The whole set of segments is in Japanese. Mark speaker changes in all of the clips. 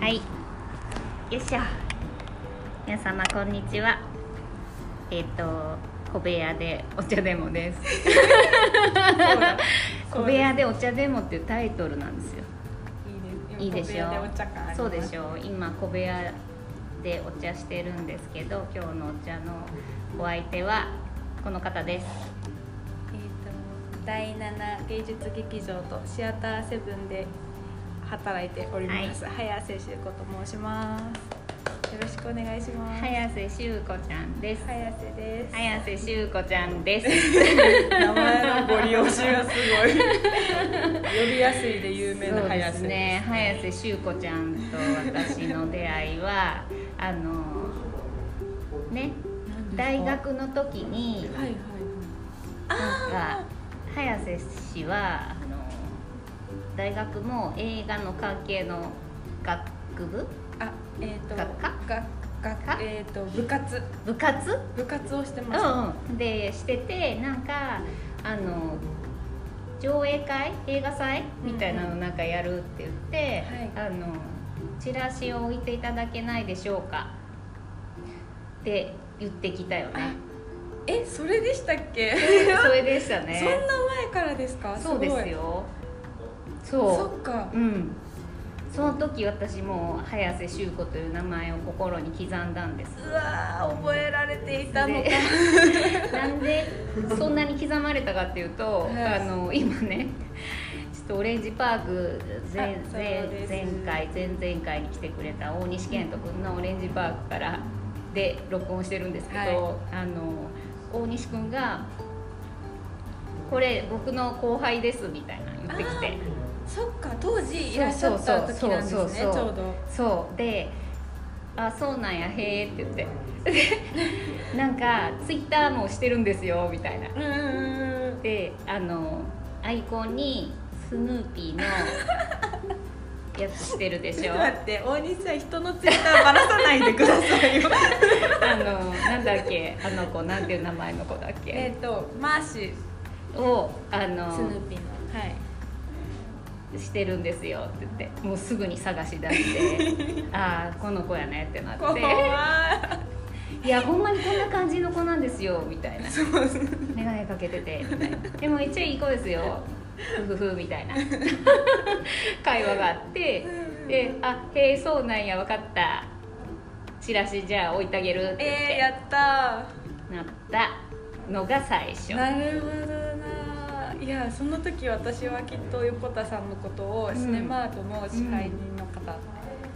Speaker 1: はいよいしょ皆様こんにちはえっ、と小部屋でお茶でもです 小部屋でお茶でもっていうタイトルなんですよ
Speaker 2: い
Speaker 1: い
Speaker 2: い
Speaker 1: いで
Speaker 2: で
Speaker 1: し
Speaker 2: すよ
Speaker 1: ょ
Speaker 2: 小部屋お茶感あります
Speaker 1: そうでしょう今小部屋でお茶してるんですけど今日のお茶のお相手はこの方です
Speaker 2: えー、と第7芸術劇場とシアターセブンで働いております、早瀬修子と申しますよろしくお願いします、
Speaker 1: 早瀬修子ちゃんです
Speaker 2: 早瀬です
Speaker 1: 早瀬修子ちゃんです
Speaker 3: 名前のご利用しがすご い呼びやすいで有名な
Speaker 1: そう
Speaker 3: 早瀬
Speaker 1: ですね早瀬修子ちゃんと私の出会いはあのね大学の時に
Speaker 3: はいはい
Speaker 1: なんか早瀬氏はあの大学も映画の関係の学部
Speaker 2: あえっ、と
Speaker 1: 学科
Speaker 2: が
Speaker 1: 科
Speaker 2: 学えっ、と部活
Speaker 1: 部活
Speaker 2: 部活をしてます、
Speaker 1: うん、でしててなんかあの上映会映画祭みたいな
Speaker 2: うん
Speaker 1: のなんかやるって言って、あのチラシを置いていただけないでしょうかって言ってきたよね
Speaker 2: えそれでしたっ け、
Speaker 1: それでした
Speaker 2: そん
Speaker 1: ね
Speaker 2: な前からですか
Speaker 1: そうです
Speaker 2: ごい
Speaker 1: よ
Speaker 2: そ
Speaker 1: そ
Speaker 2: っか
Speaker 1: ううんその時私も早瀬修子という名前を心に刻んだんです
Speaker 2: うわー覚えられていたのか
Speaker 1: で なんでそんなに刻まれたかっていうと、
Speaker 2: はい
Speaker 1: あの今ねちょっとオレンジパーク前
Speaker 2: あそう
Speaker 1: 前
Speaker 2: です
Speaker 1: 前回前々回に来てくれた大西健人君のオレンジパークからで録音してるんですけど、
Speaker 2: は
Speaker 1: あの大西君が「これ僕の後輩です」みたいなの言ってきて
Speaker 2: そっか当時いらっしゃった時なんです
Speaker 1: そうそう
Speaker 2: ねち
Speaker 1: そうそう
Speaker 2: ょうど
Speaker 1: そうで「あそうなんやへえ」って言ってでなんかツイッターもしてるんですよみたいな
Speaker 2: うんうんうん
Speaker 1: であのアイコンにスヌーピーのやつしてるでし
Speaker 3: ち
Speaker 1: ょ
Speaker 3: ょっと
Speaker 1: あ
Speaker 3: 待って大西さん人のツイッターばらさないでください よ
Speaker 1: のなんだっけあの子なんていう名前の子だっ
Speaker 2: え
Speaker 1: け
Speaker 2: っ、とマーシー
Speaker 1: をあ
Speaker 2: スヌ
Speaker 1: の
Speaker 2: ーピーのはい
Speaker 1: してるんですよって言ってもうすぐに探し出して ああこの子やねってなっ
Speaker 2: 怖い
Speaker 1: ていやほんまにこんな感じの子なんですよみたいな
Speaker 3: そうですね
Speaker 1: 眼鏡かけててみたいなでも一応いい子ですよふふふみ たいな会話があってで「あへえそうなんや分かったチラシじゃあ置いてあげる」って言って
Speaker 2: えー、やった
Speaker 1: なったのが最初
Speaker 2: ーなるほどないやその時私はきっと横田さんのことをシネマートの支配人の方、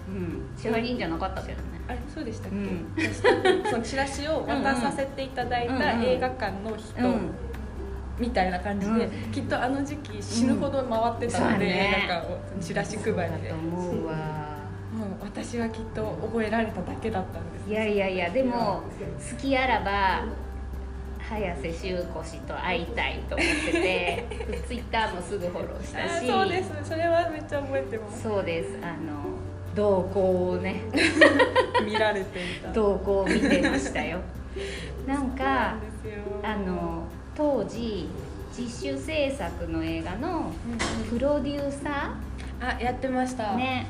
Speaker 1: うん支配人じゃなかったけどね
Speaker 2: あれそうでしたっけ、
Speaker 1: うん
Speaker 2: 私多分そのチラシを渡させていただい
Speaker 1: うん
Speaker 2: た
Speaker 1: うん
Speaker 2: 映画館の人
Speaker 1: うん
Speaker 2: みたいな感じで、
Speaker 1: う
Speaker 2: きっとあの時期死ぬほど回ってたので、
Speaker 1: うん
Speaker 2: 映画館をそのチラシ配
Speaker 1: だ
Speaker 2: りで
Speaker 1: と
Speaker 2: も
Speaker 1: 思うわ
Speaker 2: う私はきっと覚えられただけだったんです
Speaker 1: いやいやいやでも好きあらば早瀬修子氏と会いたいと思って てツイッターもすぐフォローし
Speaker 2: あ
Speaker 1: たし
Speaker 2: ーそうですそれはめっちゃ覚えて ます
Speaker 1: そうですあの動向をね
Speaker 3: 見られていた
Speaker 1: 動向を見てました よなんか
Speaker 2: ですよ
Speaker 1: あの当時実習制作の映画のプロデューサ
Speaker 2: あやってました、
Speaker 1: ーね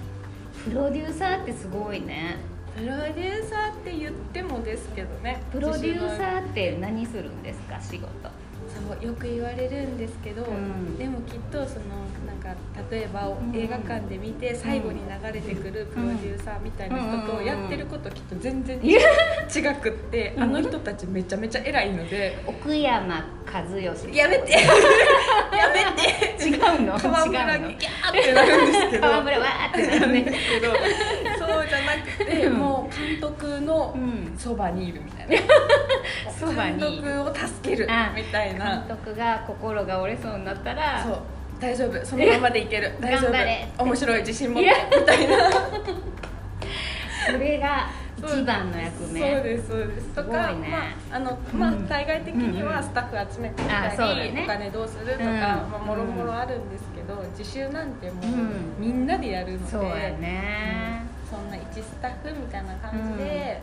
Speaker 1: プロデューサーってすごいね
Speaker 2: プロデューサーって言ってもですけどね
Speaker 1: プロデューサ
Speaker 2: ー
Speaker 1: ーって何するんですか仕事
Speaker 2: そうよく言われるんですけど、
Speaker 1: うん
Speaker 2: でもきっとそのなんか例えば
Speaker 1: ん
Speaker 2: 映画館で見て最後に流れてくるプロデューサーみたいな人と
Speaker 1: うん
Speaker 2: やってることきっと全然
Speaker 1: い
Speaker 2: 違くってあの人たちめちゃめちゃ偉いので
Speaker 1: 奥山和義
Speaker 2: やめて やめて
Speaker 1: 違うの
Speaker 2: 川
Speaker 1: 違
Speaker 2: 村
Speaker 1: うの
Speaker 2: にギャーってなるんですけど
Speaker 1: 川村わーってなるね
Speaker 2: けどそうじゃなくて
Speaker 1: うん
Speaker 2: も う監督の
Speaker 1: うん
Speaker 2: そばにいるみたいな
Speaker 1: そばに
Speaker 2: 監督を助ける
Speaker 1: あ
Speaker 2: みたい
Speaker 1: 監
Speaker 2: な
Speaker 1: 督が心が折れそうになったら
Speaker 2: そう大丈夫そのままでい ける大丈
Speaker 1: 頑張れ
Speaker 2: 夫面白い自信持っ
Speaker 1: いや
Speaker 2: てみたいな
Speaker 1: それが一番の役目
Speaker 2: そうですそうですとか
Speaker 1: すごいね
Speaker 2: まああのまあ
Speaker 1: うん
Speaker 2: 対外的に
Speaker 1: うんう
Speaker 2: は
Speaker 1: ん
Speaker 2: スタッフ集めてみ
Speaker 1: あ
Speaker 2: た
Speaker 1: そうだ
Speaker 2: り
Speaker 1: ね
Speaker 2: お金どうすると
Speaker 1: う
Speaker 2: か
Speaker 1: ん
Speaker 2: まあもろもろあるんですけど自習なんてもうみんなでやるの
Speaker 1: そうや
Speaker 2: で
Speaker 1: ね、
Speaker 2: そんな一スタッフみたいな感じで、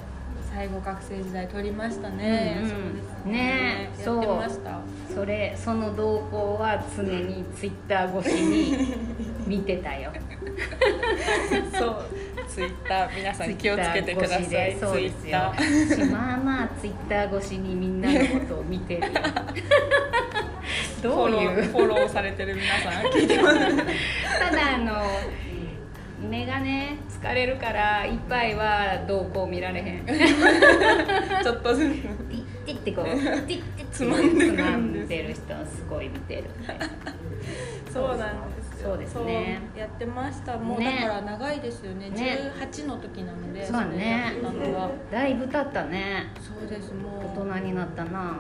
Speaker 2: 最後学生時代取りましたね、
Speaker 1: うんうん
Speaker 2: そうです
Speaker 1: ねえ
Speaker 2: やってました
Speaker 1: それその動向は常にツイッター越しに見てたよ
Speaker 2: そう
Speaker 3: ツイッター皆さん気をつけてくださいツイ
Speaker 1: Twitter 越しでそうです
Speaker 3: ッ
Speaker 1: よ
Speaker 3: ター
Speaker 1: 私まあまあツイッター越しにみんなのことを見て るよどう
Speaker 3: フォロー
Speaker 1: いう
Speaker 3: フォローされてる皆さん聞いてます
Speaker 1: ただあの目がね疲れるから一杯は動向見られへんテ
Speaker 3: ちょっとずつ
Speaker 1: ィッティッてこうティッティッて
Speaker 3: つまんでくるんです
Speaker 1: つまんでる人はすごい見てるね
Speaker 2: そうなんですよ
Speaker 1: そうですね
Speaker 2: そうやってましたもうだ
Speaker 1: ね
Speaker 2: から長いですよね
Speaker 1: ね
Speaker 2: 18の時なので
Speaker 1: そうだ
Speaker 2: れや
Speaker 1: ね
Speaker 2: ったのが
Speaker 1: だいぶ経ったね
Speaker 2: そうですもう
Speaker 1: 大人になったな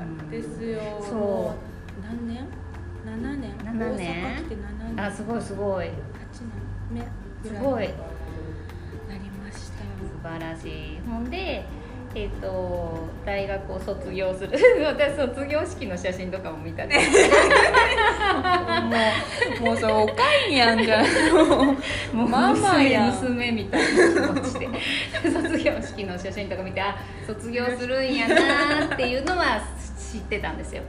Speaker 1: うん
Speaker 2: ですよ
Speaker 1: そう
Speaker 2: もう何年7年
Speaker 1: 7年
Speaker 2: 大阪来て7年
Speaker 1: あすごいすごい
Speaker 2: 8年目
Speaker 1: す
Speaker 2: ぐらい
Speaker 1: ごい
Speaker 2: なりました
Speaker 1: 素晴らしいほんでえっ、と大学を卒業する 私卒業式の写真とかも見たね
Speaker 3: もうもうそれおかんやんじゃんもう
Speaker 1: もう
Speaker 3: ママ
Speaker 1: 娘
Speaker 3: やん
Speaker 1: 娘みたいな気持ちで 卒業式の写真とか見てあ卒業するんやなーっていうのは知ってたんですよ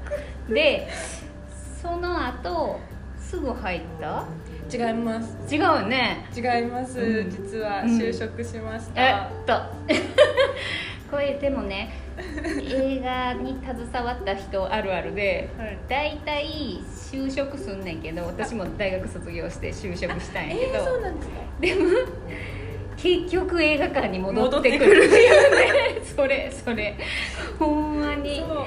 Speaker 1: でその後すぐ入った
Speaker 2: 違います
Speaker 1: 違うよね
Speaker 2: 違います、
Speaker 1: うん
Speaker 2: 実は
Speaker 1: うん
Speaker 2: 就職しまし
Speaker 1: え
Speaker 2: た、
Speaker 1: っと これでもね映画に携わった人あるあるで
Speaker 2: はい
Speaker 1: 大体就職すんねんけど私も大学卒業して就職したんやけ
Speaker 2: えー、そう
Speaker 1: ど、
Speaker 2: なんですか
Speaker 1: 結局映画館に戻
Speaker 3: 戻
Speaker 1: っ
Speaker 3: ってて
Speaker 1: く
Speaker 3: く
Speaker 1: る
Speaker 3: る
Speaker 1: っていうね それそれほんまに
Speaker 2: そう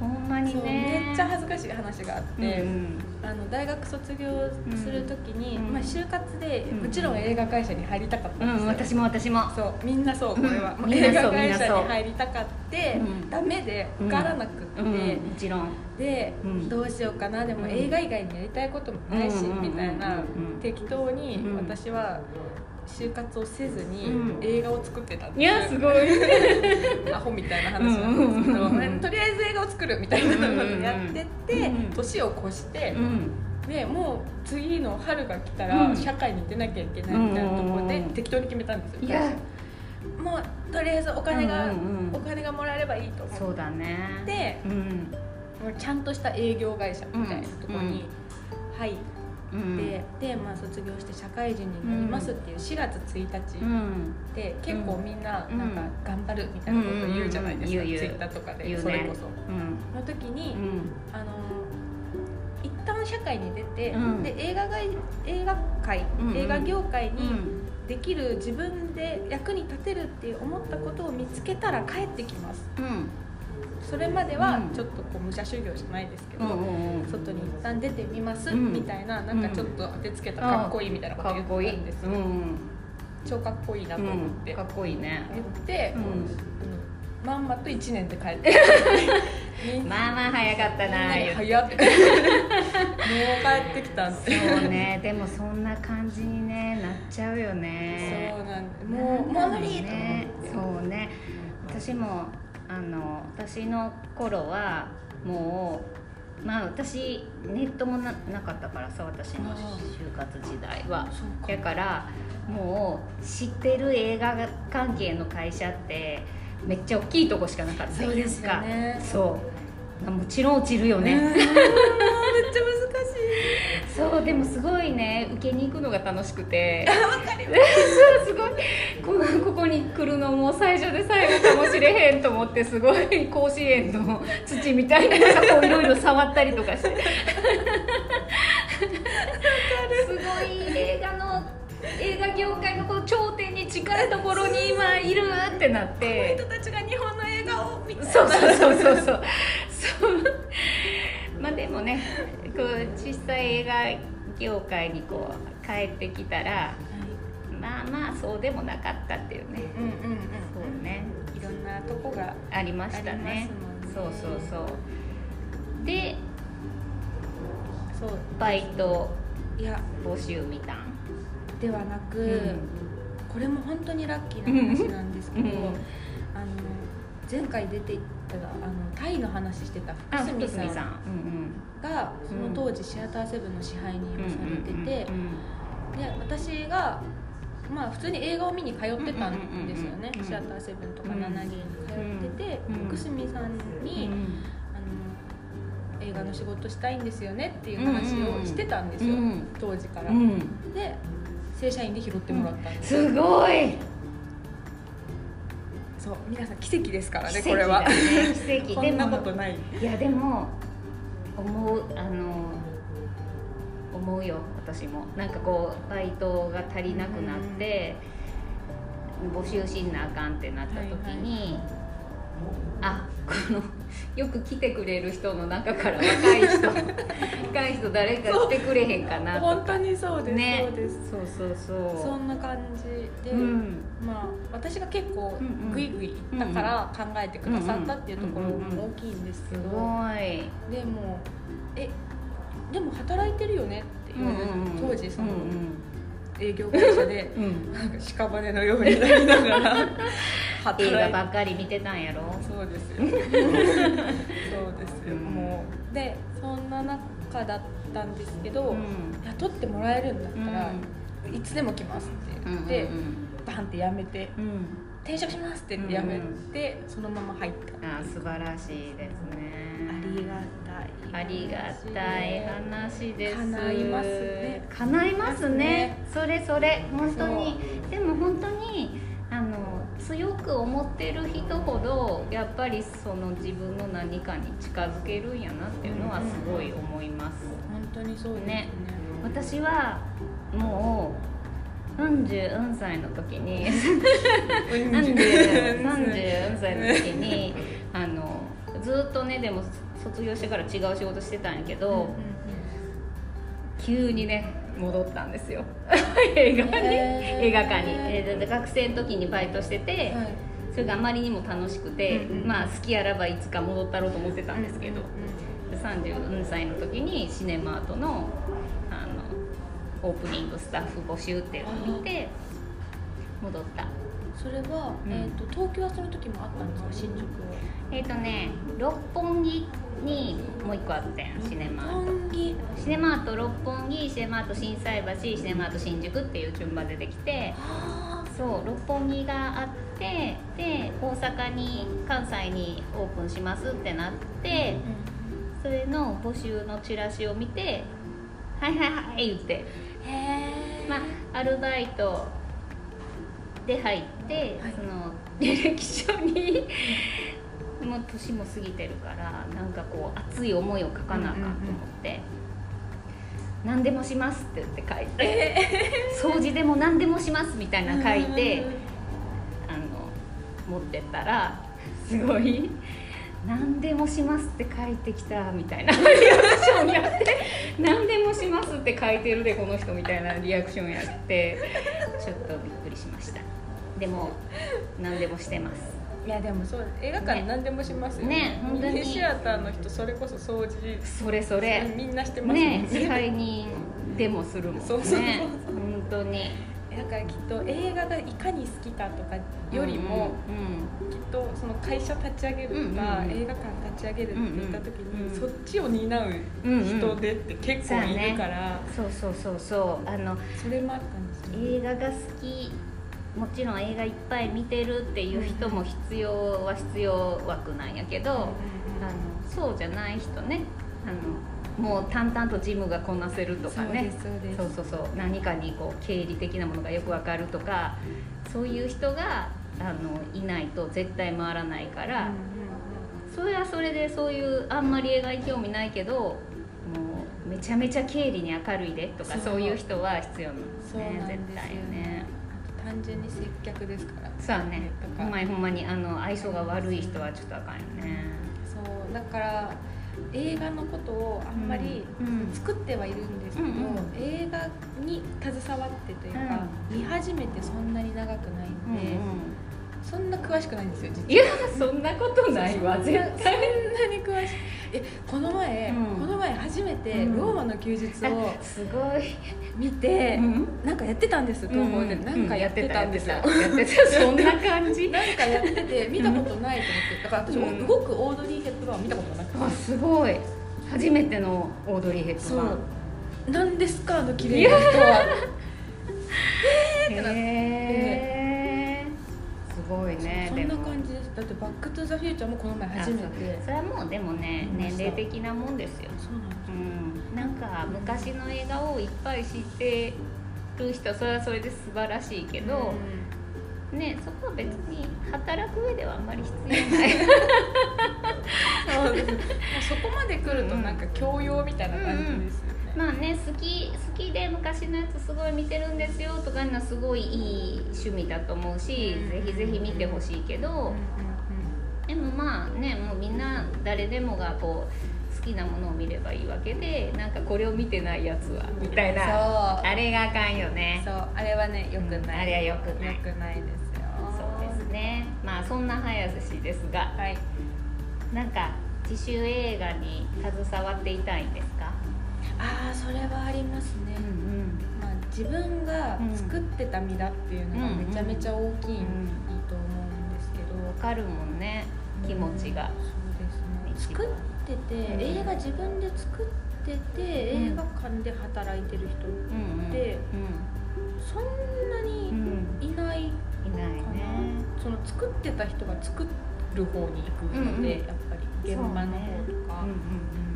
Speaker 1: ほんまに
Speaker 2: そう
Speaker 1: ね
Speaker 2: めっちゃ恥ずかしい話があって、
Speaker 1: うん
Speaker 2: あの大学卒業する時に、
Speaker 1: うん
Speaker 2: まあ、就活で、
Speaker 1: うん
Speaker 2: もちろん映画会社に入りたかった
Speaker 1: うん
Speaker 2: ん、
Speaker 1: う
Speaker 2: です
Speaker 1: ん、
Speaker 2: よ、
Speaker 1: 私も私も
Speaker 2: そうみんなそうこれは、
Speaker 1: うん
Speaker 2: もう
Speaker 1: みんな
Speaker 2: 映
Speaker 1: そ
Speaker 2: 画
Speaker 1: うみん
Speaker 2: 会
Speaker 1: な
Speaker 2: 社
Speaker 1: そう
Speaker 2: に入りたかって、
Speaker 1: うん
Speaker 2: ダメで
Speaker 1: うん
Speaker 2: 受からなくって、
Speaker 1: うんもちろん
Speaker 2: で、
Speaker 1: うん
Speaker 2: どうしようかなで
Speaker 1: う
Speaker 2: も
Speaker 1: ん
Speaker 2: 映画以外にやりたいこともないし、
Speaker 1: うん
Speaker 2: みたい
Speaker 1: う
Speaker 2: な、
Speaker 1: ん
Speaker 2: 適当に
Speaker 1: うん
Speaker 2: 私は就活をせずに
Speaker 1: うん
Speaker 2: 映画を作ってたん
Speaker 1: い
Speaker 2: ですよ
Speaker 1: やすごい
Speaker 2: アホみたいな話なんですけど、
Speaker 1: うんうんうん
Speaker 2: とりあえず映画を作るみたいなのをやってって、
Speaker 1: うんうん
Speaker 2: 年を越して
Speaker 1: う、ん
Speaker 2: でもう次の春が来た
Speaker 1: う
Speaker 2: ら
Speaker 1: ん
Speaker 2: 社会に出なきゃいけないみたいなところ
Speaker 1: うん
Speaker 2: で
Speaker 1: うんうん
Speaker 2: 適当に決めたんですよ。
Speaker 1: いや
Speaker 2: もうとりあえずお金が、
Speaker 1: うんうんうん
Speaker 2: お金がもらえればいいと
Speaker 1: そ
Speaker 2: 思っ
Speaker 1: うだね
Speaker 2: て
Speaker 1: うん
Speaker 2: もうちゃんとした営業会社みたいなところに入って、
Speaker 1: うん
Speaker 2: で、まあ、卒業して社会人になりますっていう4月1日
Speaker 1: うん
Speaker 2: で結構みんななんか頑張るみたいなこと言うじゃないです
Speaker 1: うん
Speaker 2: か、
Speaker 1: うんうん言う
Speaker 2: ツイ
Speaker 1: 言う
Speaker 2: ッターとかで、
Speaker 1: 言うね
Speaker 2: それこそ。
Speaker 1: うん
Speaker 2: の時に、
Speaker 1: うん
Speaker 2: あの一旦社会に出て、
Speaker 1: うん
Speaker 2: で映画が映画界、
Speaker 1: うんうん
Speaker 2: 映画業界
Speaker 1: う
Speaker 2: に
Speaker 1: ん
Speaker 2: できる自分で役に立てるって思ったことを見つけたら帰ってきます
Speaker 1: うん
Speaker 2: それまでは
Speaker 1: うん
Speaker 2: ちょっとこう武者修行じゃないですけ
Speaker 1: う
Speaker 2: ど、
Speaker 1: んうんうん
Speaker 2: 外に一旦出てみます、
Speaker 1: うん
Speaker 2: みたいななんかちょっと当てつけたかっこいいみたいなこと
Speaker 1: か
Speaker 2: 言
Speaker 1: っ
Speaker 2: っ
Speaker 1: こい
Speaker 2: てた
Speaker 1: い
Speaker 2: んです
Speaker 1: う
Speaker 2: よ、
Speaker 1: ん
Speaker 2: 超かっこいいなと思って、
Speaker 1: うんかっこいいね
Speaker 2: 言って、
Speaker 1: うん
Speaker 2: うんまんまと1年で帰 ってきたみんな
Speaker 1: まあまあ早かったな言う
Speaker 2: 早っもう帰ってきたんです
Speaker 1: そうねでもそんな感じに、ね、なっちゃうよね
Speaker 2: そうなんでもうもう無理と
Speaker 1: ね
Speaker 2: 思って
Speaker 1: そうね私もあの私の頃はもうまあ私ネットもななかったからさ私の就活時代は
Speaker 2: そう
Speaker 1: だからもう知ってる映画関係の会社ってめっちゃ大きいとこしかなかった
Speaker 2: そうですよね
Speaker 1: そうもちろん落ちるよ
Speaker 2: ね
Speaker 1: ね、
Speaker 2: めっちゃ難しい
Speaker 1: そうでもすごいね受けに行くのが楽しく て すごいこここに来るのも最初で最後かもしれへんと思ってすごい甲子園の土みたいな のがこういろいろ触ったりとかして すごい映画の映画業界のこう頂点に近いところに今いるってなって
Speaker 2: 人たちが日本の映画を見て
Speaker 1: そうそうそうそうそうそうまあでもねこう実際映画業界にこう帰ってきたらまあまあそうでもなかったっていうね
Speaker 2: うんうんうん
Speaker 1: そうね
Speaker 2: いろんなとこが
Speaker 1: ありました
Speaker 2: あり
Speaker 1: ね
Speaker 2: ます
Speaker 1: そう
Speaker 2: もんね
Speaker 1: そうそうで
Speaker 2: そう
Speaker 1: バイト
Speaker 2: いや
Speaker 1: 募集見たん
Speaker 2: ではなく、これも本当にラッキーな話なんですけ
Speaker 1: う
Speaker 2: ど、
Speaker 1: ん
Speaker 2: あの前回出ていったらあのタイの話してた
Speaker 1: あ
Speaker 2: 福
Speaker 1: 福
Speaker 2: 住
Speaker 1: 住さん
Speaker 2: さんがその当時シアターセブンの支配人
Speaker 1: うんう
Speaker 2: をされてて、
Speaker 1: ん
Speaker 2: で私がまあ普通に映画を見に通ってたんですよ
Speaker 1: うん
Speaker 2: ね、
Speaker 1: うんうんうん
Speaker 2: シアターセブンとか
Speaker 1: うん
Speaker 2: 7芸に通ってて、
Speaker 1: うん
Speaker 2: 福住さん
Speaker 1: うん
Speaker 2: に、あの映画の仕事したいんですよねっていう話をしてたんです
Speaker 1: うん
Speaker 2: よ、
Speaker 1: うん
Speaker 2: 当時から、
Speaker 1: うんうん
Speaker 2: で正社員で拾ってもらったんです、
Speaker 1: すごい
Speaker 2: そう皆さん奇跡ですからね
Speaker 1: 奇
Speaker 2: これ
Speaker 1: 跡だ
Speaker 2: は
Speaker 1: ね奇 跡
Speaker 2: こ
Speaker 1: で
Speaker 2: んなこと
Speaker 1: も
Speaker 2: ない
Speaker 1: いやでも思うあの思うよ私もなんかこうバイトが足りなくなって、募集しんなあかんってなった時に、あこのよく来てくれる人の中から若い人若い人誰か来てくれへんかなと
Speaker 2: 本当にそうです、
Speaker 1: ね
Speaker 2: そうです
Speaker 1: そうそうそう
Speaker 2: そんな感じで、
Speaker 1: うん
Speaker 2: まあ私が結構
Speaker 1: うんうん
Speaker 2: グイグイ行ったから考えてくださったっていうところも大きいんですけ
Speaker 1: す
Speaker 2: ど、
Speaker 1: ごい
Speaker 2: でも「えでも働いてるよね」って言われて、当時その
Speaker 1: う
Speaker 2: 営業会 社で
Speaker 1: んうんうん
Speaker 2: なんか屍のようになりな がら
Speaker 1: 映画ば
Speaker 2: 働いて
Speaker 1: っかり見てたんやろ
Speaker 2: そうですよそうですよ、
Speaker 1: うん
Speaker 2: もうでそんな中だったんですけど、
Speaker 1: うん
Speaker 2: 雇ってもらえるんだったら、
Speaker 1: う
Speaker 2: いつでも来ますって言
Speaker 1: ん
Speaker 2: って、
Speaker 1: うん
Speaker 2: バンって辞めて
Speaker 1: うんうん
Speaker 2: 転職しますって言って辞めて、そのまま入った
Speaker 1: あー素晴らしいですね
Speaker 2: が
Speaker 1: ありがたい話です
Speaker 2: 叶いますね
Speaker 1: 叶いますねそれそれ本当にでも本当にあの強く思ってる人ほどやっぱりその自分の何かに近づけるんやなっていうのはすごい思います、
Speaker 2: 本当にそうですね
Speaker 1: ね私はもう44歳の時に
Speaker 2: うん
Speaker 1: 34歳の時にあのずっとねでも卒業してから違う仕事してたんやけど、急にね戻ったん ですよ映画に、
Speaker 2: へー
Speaker 1: 映画館に、えーで学生の時にバイトしてて、
Speaker 2: はい
Speaker 1: それがあまりにも楽しくて、
Speaker 2: うんうん
Speaker 1: まあ好きあらばいつか戻ったろうと思ってたんですけど、
Speaker 2: うん
Speaker 1: 34歳の時にシネマートのあのオープニングスタッフ募集っていうのを見て戻った
Speaker 2: それは、
Speaker 1: うん
Speaker 2: えっ、と東京はその時もあったんですか新宿は
Speaker 1: えっ、とね六本木にもう一個あってんシネマート
Speaker 2: 六本木
Speaker 1: シネマート六本木シネマート心斎橋シネマート新宿っていう順番でできて
Speaker 2: あ
Speaker 1: そう六本木があってで大阪に関西にオープンしますってなって
Speaker 2: ー、
Speaker 1: それの募集のチラシを見て「はいはいはい」言って
Speaker 2: へえ
Speaker 1: まあアルバイトで入って、
Speaker 2: はい
Speaker 1: その履歴書にもう年も過ぎてるからなんかこう熱い思いを書かなあかんと思って。何でもしますって言って書いて、掃除でも何でもしますみたいなの書いて、あの持ってったらすごい「何でもします」って書いてきたみたいな リアクションやって「何でもします」って書いてるでこの人みたいなリアクションやってちょっとびっくりしましたでも何でもしてます
Speaker 2: いやでもそう映画館何でもしますよ
Speaker 1: ね本当に
Speaker 2: ミニシアターの人それこそ掃除
Speaker 1: それそれ
Speaker 2: みんなしてますもん
Speaker 1: ね支配人でもするもんね
Speaker 2: そうそうそう
Speaker 1: 本当に
Speaker 2: だからきっと映画がいかに好きかとかよりも、
Speaker 1: うん
Speaker 2: きっとその会社立ち上げるとか、
Speaker 1: うんうんうん
Speaker 2: 映画館立ち上げるって言った時に、
Speaker 1: うんうん
Speaker 2: そっちを担う
Speaker 1: うんうん
Speaker 2: 人でって結構いるから、
Speaker 1: そうそうそうそうあの
Speaker 2: それもあったんですよね
Speaker 1: 映画が好きもちろん映画いっぱい見てるっていう人も必要は必要枠なんやけど、あのそうじゃない人ねあのもう淡々とジムがこなせるとかね
Speaker 2: そうです
Speaker 1: そう
Speaker 2: そうです
Speaker 1: そうそう何かにこう経理的なものがよくわかるとかそういう人があのいないと絶対回らないから、それはそれでそういうあんまり映画に興味ないけどもうめちゃめちゃ経理に明るいでとか
Speaker 2: そう
Speaker 1: そういう人は必要なんです
Speaker 2: そう
Speaker 1: ね
Speaker 2: なんですよ
Speaker 1: 絶対ね。
Speaker 2: あと単純に接客ですから
Speaker 1: そうやね
Speaker 2: と
Speaker 1: ほ
Speaker 2: か
Speaker 1: んまにほんまにあの相性が悪い人はちょっとあかんよね
Speaker 2: そうだから映画のことをあんまり
Speaker 1: うんうん
Speaker 2: 作ってはいるんですけど、
Speaker 1: うんうん
Speaker 2: 映画に携わってというか、見始めてそんなに長くない
Speaker 1: うん
Speaker 2: んで、そんな詳しくないんですよ実はい
Speaker 1: やそんなことないわ
Speaker 2: そん
Speaker 1: 絶対
Speaker 2: そんなに詳しいえこの前、
Speaker 1: うん
Speaker 2: この前初めて
Speaker 1: うん
Speaker 2: ローマの休日を
Speaker 1: すごい
Speaker 2: 見て、
Speaker 1: うん
Speaker 2: なんかやってたんです東宝で、なんかやってたんですよ、
Speaker 1: やってた そんな感じ
Speaker 2: なんかやってて見たことないと思ってだから私、
Speaker 1: うん
Speaker 2: 動くオードリー・ヘップバーン見たことなくて
Speaker 1: あすごい初めてのオードリー・ヘップ
Speaker 2: そ
Speaker 1: バ
Speaker 2: う
Speaker 1: ーン
Speaker 2: なんですかあの綺麗な人は
Speaker 1: へえすごいね
Speaker 2: そん
Speaker 1: で
Speaker 2: な
Speaker 1: も
Speaker 2: 感じですだって「バック・トゥ・ザ・フューチャー」もこの前初めて
Speaker 1: あそうそれはもうでもね
Speaker 2: 見ま
Speaker 1: 年
Speaker 2: した
Speaker 1: 齢的なもんですよ
Speaker 2: そうなんです
Speaker 1: うんなんか昔の映画をいっぱい知ってる人それはそれで素晴らしいけど、ねそこは別に働く上ではあんまり必要 ない
Speaker 2: そうですね
Speaker 3: そこまで来るとなんか教養みたいな感じですよね、
Speaker 1: まあね好き好きで昔のやつすごい見てるんですよとかいうのはすごいいい趣味だと思うし、
Speaker 2: うん
Speaker 1: ぜひぜひ見てほしいけど、でもまあねもうみんな誰でもがこう好きなものを見ればいいわけでなんかこれを見てないやつはみたいな
Speaker 2: そう
Speaker 1: あれがあかんよね
Speaker 2: そうあれはね良くない、
Speaker 1: うんあれは良くない
Speaker 2: 良くないですよ
Speaker 1: そうですねまあそんな早寿司ですが
Speaker 2: はい
Speaker 1: なんか自主映画に携わっていたいんですか、
Speaker 2: ああそれはありますね、
Speaker 1: ん
Speaker 2: まあ、自分が
Speaker 1: うん
Speaker 2: 作ってた身だっていうのがめちゃめちゃ大きい,、と思うんですけど、
Speaker 1: わかるもんね気持ちが
Speaker 2: そうです
Speaker 1: 一
Speaker 2: ね
Speaker 1: 番
Speaker 2: 作ってて、
Speaker 1: うん
Speaker 2: 映画自分で作ってて
Speaker 1: うん
Speaker 2: 映画館で働いてる人、
Speaker 1: うんうん
Speaker 2: で
Speaker 1: う
Speaker 2: そんなに
Speaker 1: んうん
Speaker 2: い
Speaker 1: いない
Speaker 2: ないかな、
Speaker 1: ね
Speaker 2: その作ってた人が作る方に行くので、
Speaker 1: うんうん
Speaker 2: やっぱり現場の方
Speaker 1: う
Speaker 2: とか
Speaker 1: んうん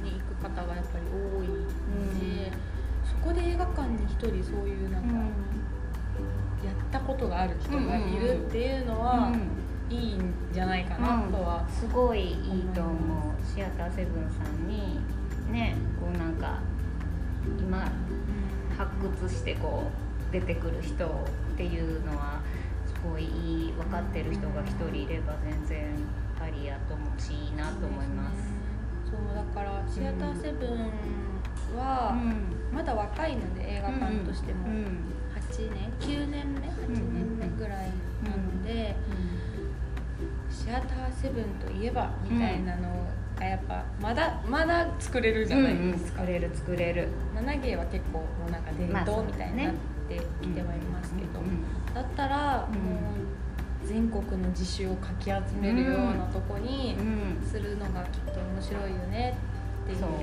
Speaker 2: に行く方がやっぱり多いので、
Speaker 1: うん
Speaker 2: そこで映画館に一人そういうなん
Speaker 1: う
Speaker 2: か、
Speaker 1: ん
Speaker 2: やったことがある人がいるっていうのは
Speaker 1: うん
Speaker 2: いいんじゃないかなとは、
Speaker 1: すごいいいと思うシアターセブンさんにねこうなんか今発掘してこう出てくる人っていうのはすごいいい分かってる人が一人いれば全然ありやと思うしいいなと思います。
Speaker 2: そうだからシアターセブンはまだ若いので映画館としても
Speaker 1: うん
Speaker 2: 8年9年目8年目ぐらいなのでシアターセブンといえばみたいなのがやっぱまだまだ作れるじゃない
Speaker 1: うんうん
Speaker 2: ですか、
Speaker 1: 作れる作れる
Speaker 2: 7芸は結構もうなんか伝
Speaker 1: まあそう
Speaker 2: 統
Speaker 1: だね
Speaker 2: みたいになってきてはいますけど、
Speaker 1: うん
Speaker 2: だったら、
Speaker 1: うん
Speaker 2: もう全国の自主をかき集めるようなとこに
Speaker 1: うん
Speaker 2: するのがきっと面白いよねっていう
Speaker 1: そう
Speaker 2: 思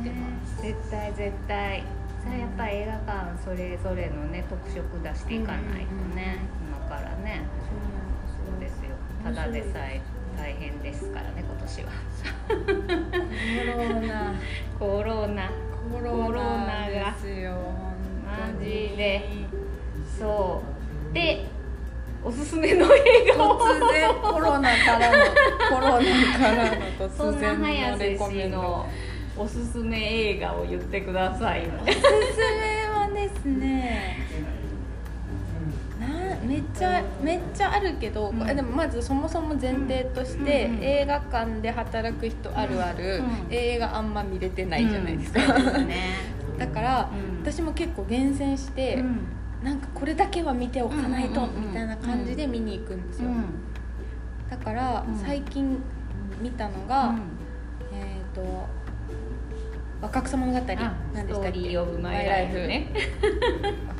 Speaker 2: ってます
Speaker 1: ね絶対絶対さあやっぱ映画館それぞれのね特色出していかないとね、今からねそうですよただでさえ大変ですからね今年は
Speaker 2: コ
Speaker 1: コ
Speaker 2: ロナ
Speaker 1: ロナ
Speaker 2: コ
Speaker 1: ロナ
Speaker 2: ロナですよ
Speaker 1: マジでそうでおすすめの映画を
Speaker 2: 突然コロナからのコロナからの
Speaker 1: そ
Speaker 2: 突
Speaker 1: んな
Speaker 2: 然の
Speaker 1: 早
Speaker 2: レ
Speaker 1: 瀬
Speaker 2: コメ
Speaker 1: 氏
Speaker 2: ンド
Speaker 1: のおすすめ映画を言ってくださいよ
Speaker 2: おすすめはですねなめっちゃめっちゃあるけど、
Speaker 1: うん
Speaker 2: これでもまずそもそも前提として、
Speaker 1: うんうん
Speaker 2: 映画館で働く人あるある、
Speaker 1: うん
Speaker 2: 映画あんま見れて ないじゃないですか、
Speaker 1: うんそうです ね
Speaker 2: だから、
Speaker 1: うん
Speaker 2: 私も結構厳選して、
Speaker 1: うん
Speaker 2: なんかこれだけは見ておかないと、
Speaker 1: うんうんうんうん
Speaker 2: みたいな感じで見に行くんです
Speaker 1: う
Speaker 2: よ、
Speaker 1: ん
Speaker 2: だから、
Speaker 1: うん
Speaker 2: 最近見たの
Speaker 1: う
Speaker 2: が、
Speaker 1: ん
Speaker 2: えっ、と若草物語なんで
Speaker 1: あ
Speaker 2: したっ
Speaker 1: ス
Speaker 2: け
Speaker 1: トーリー・オブ・マイ・ライフね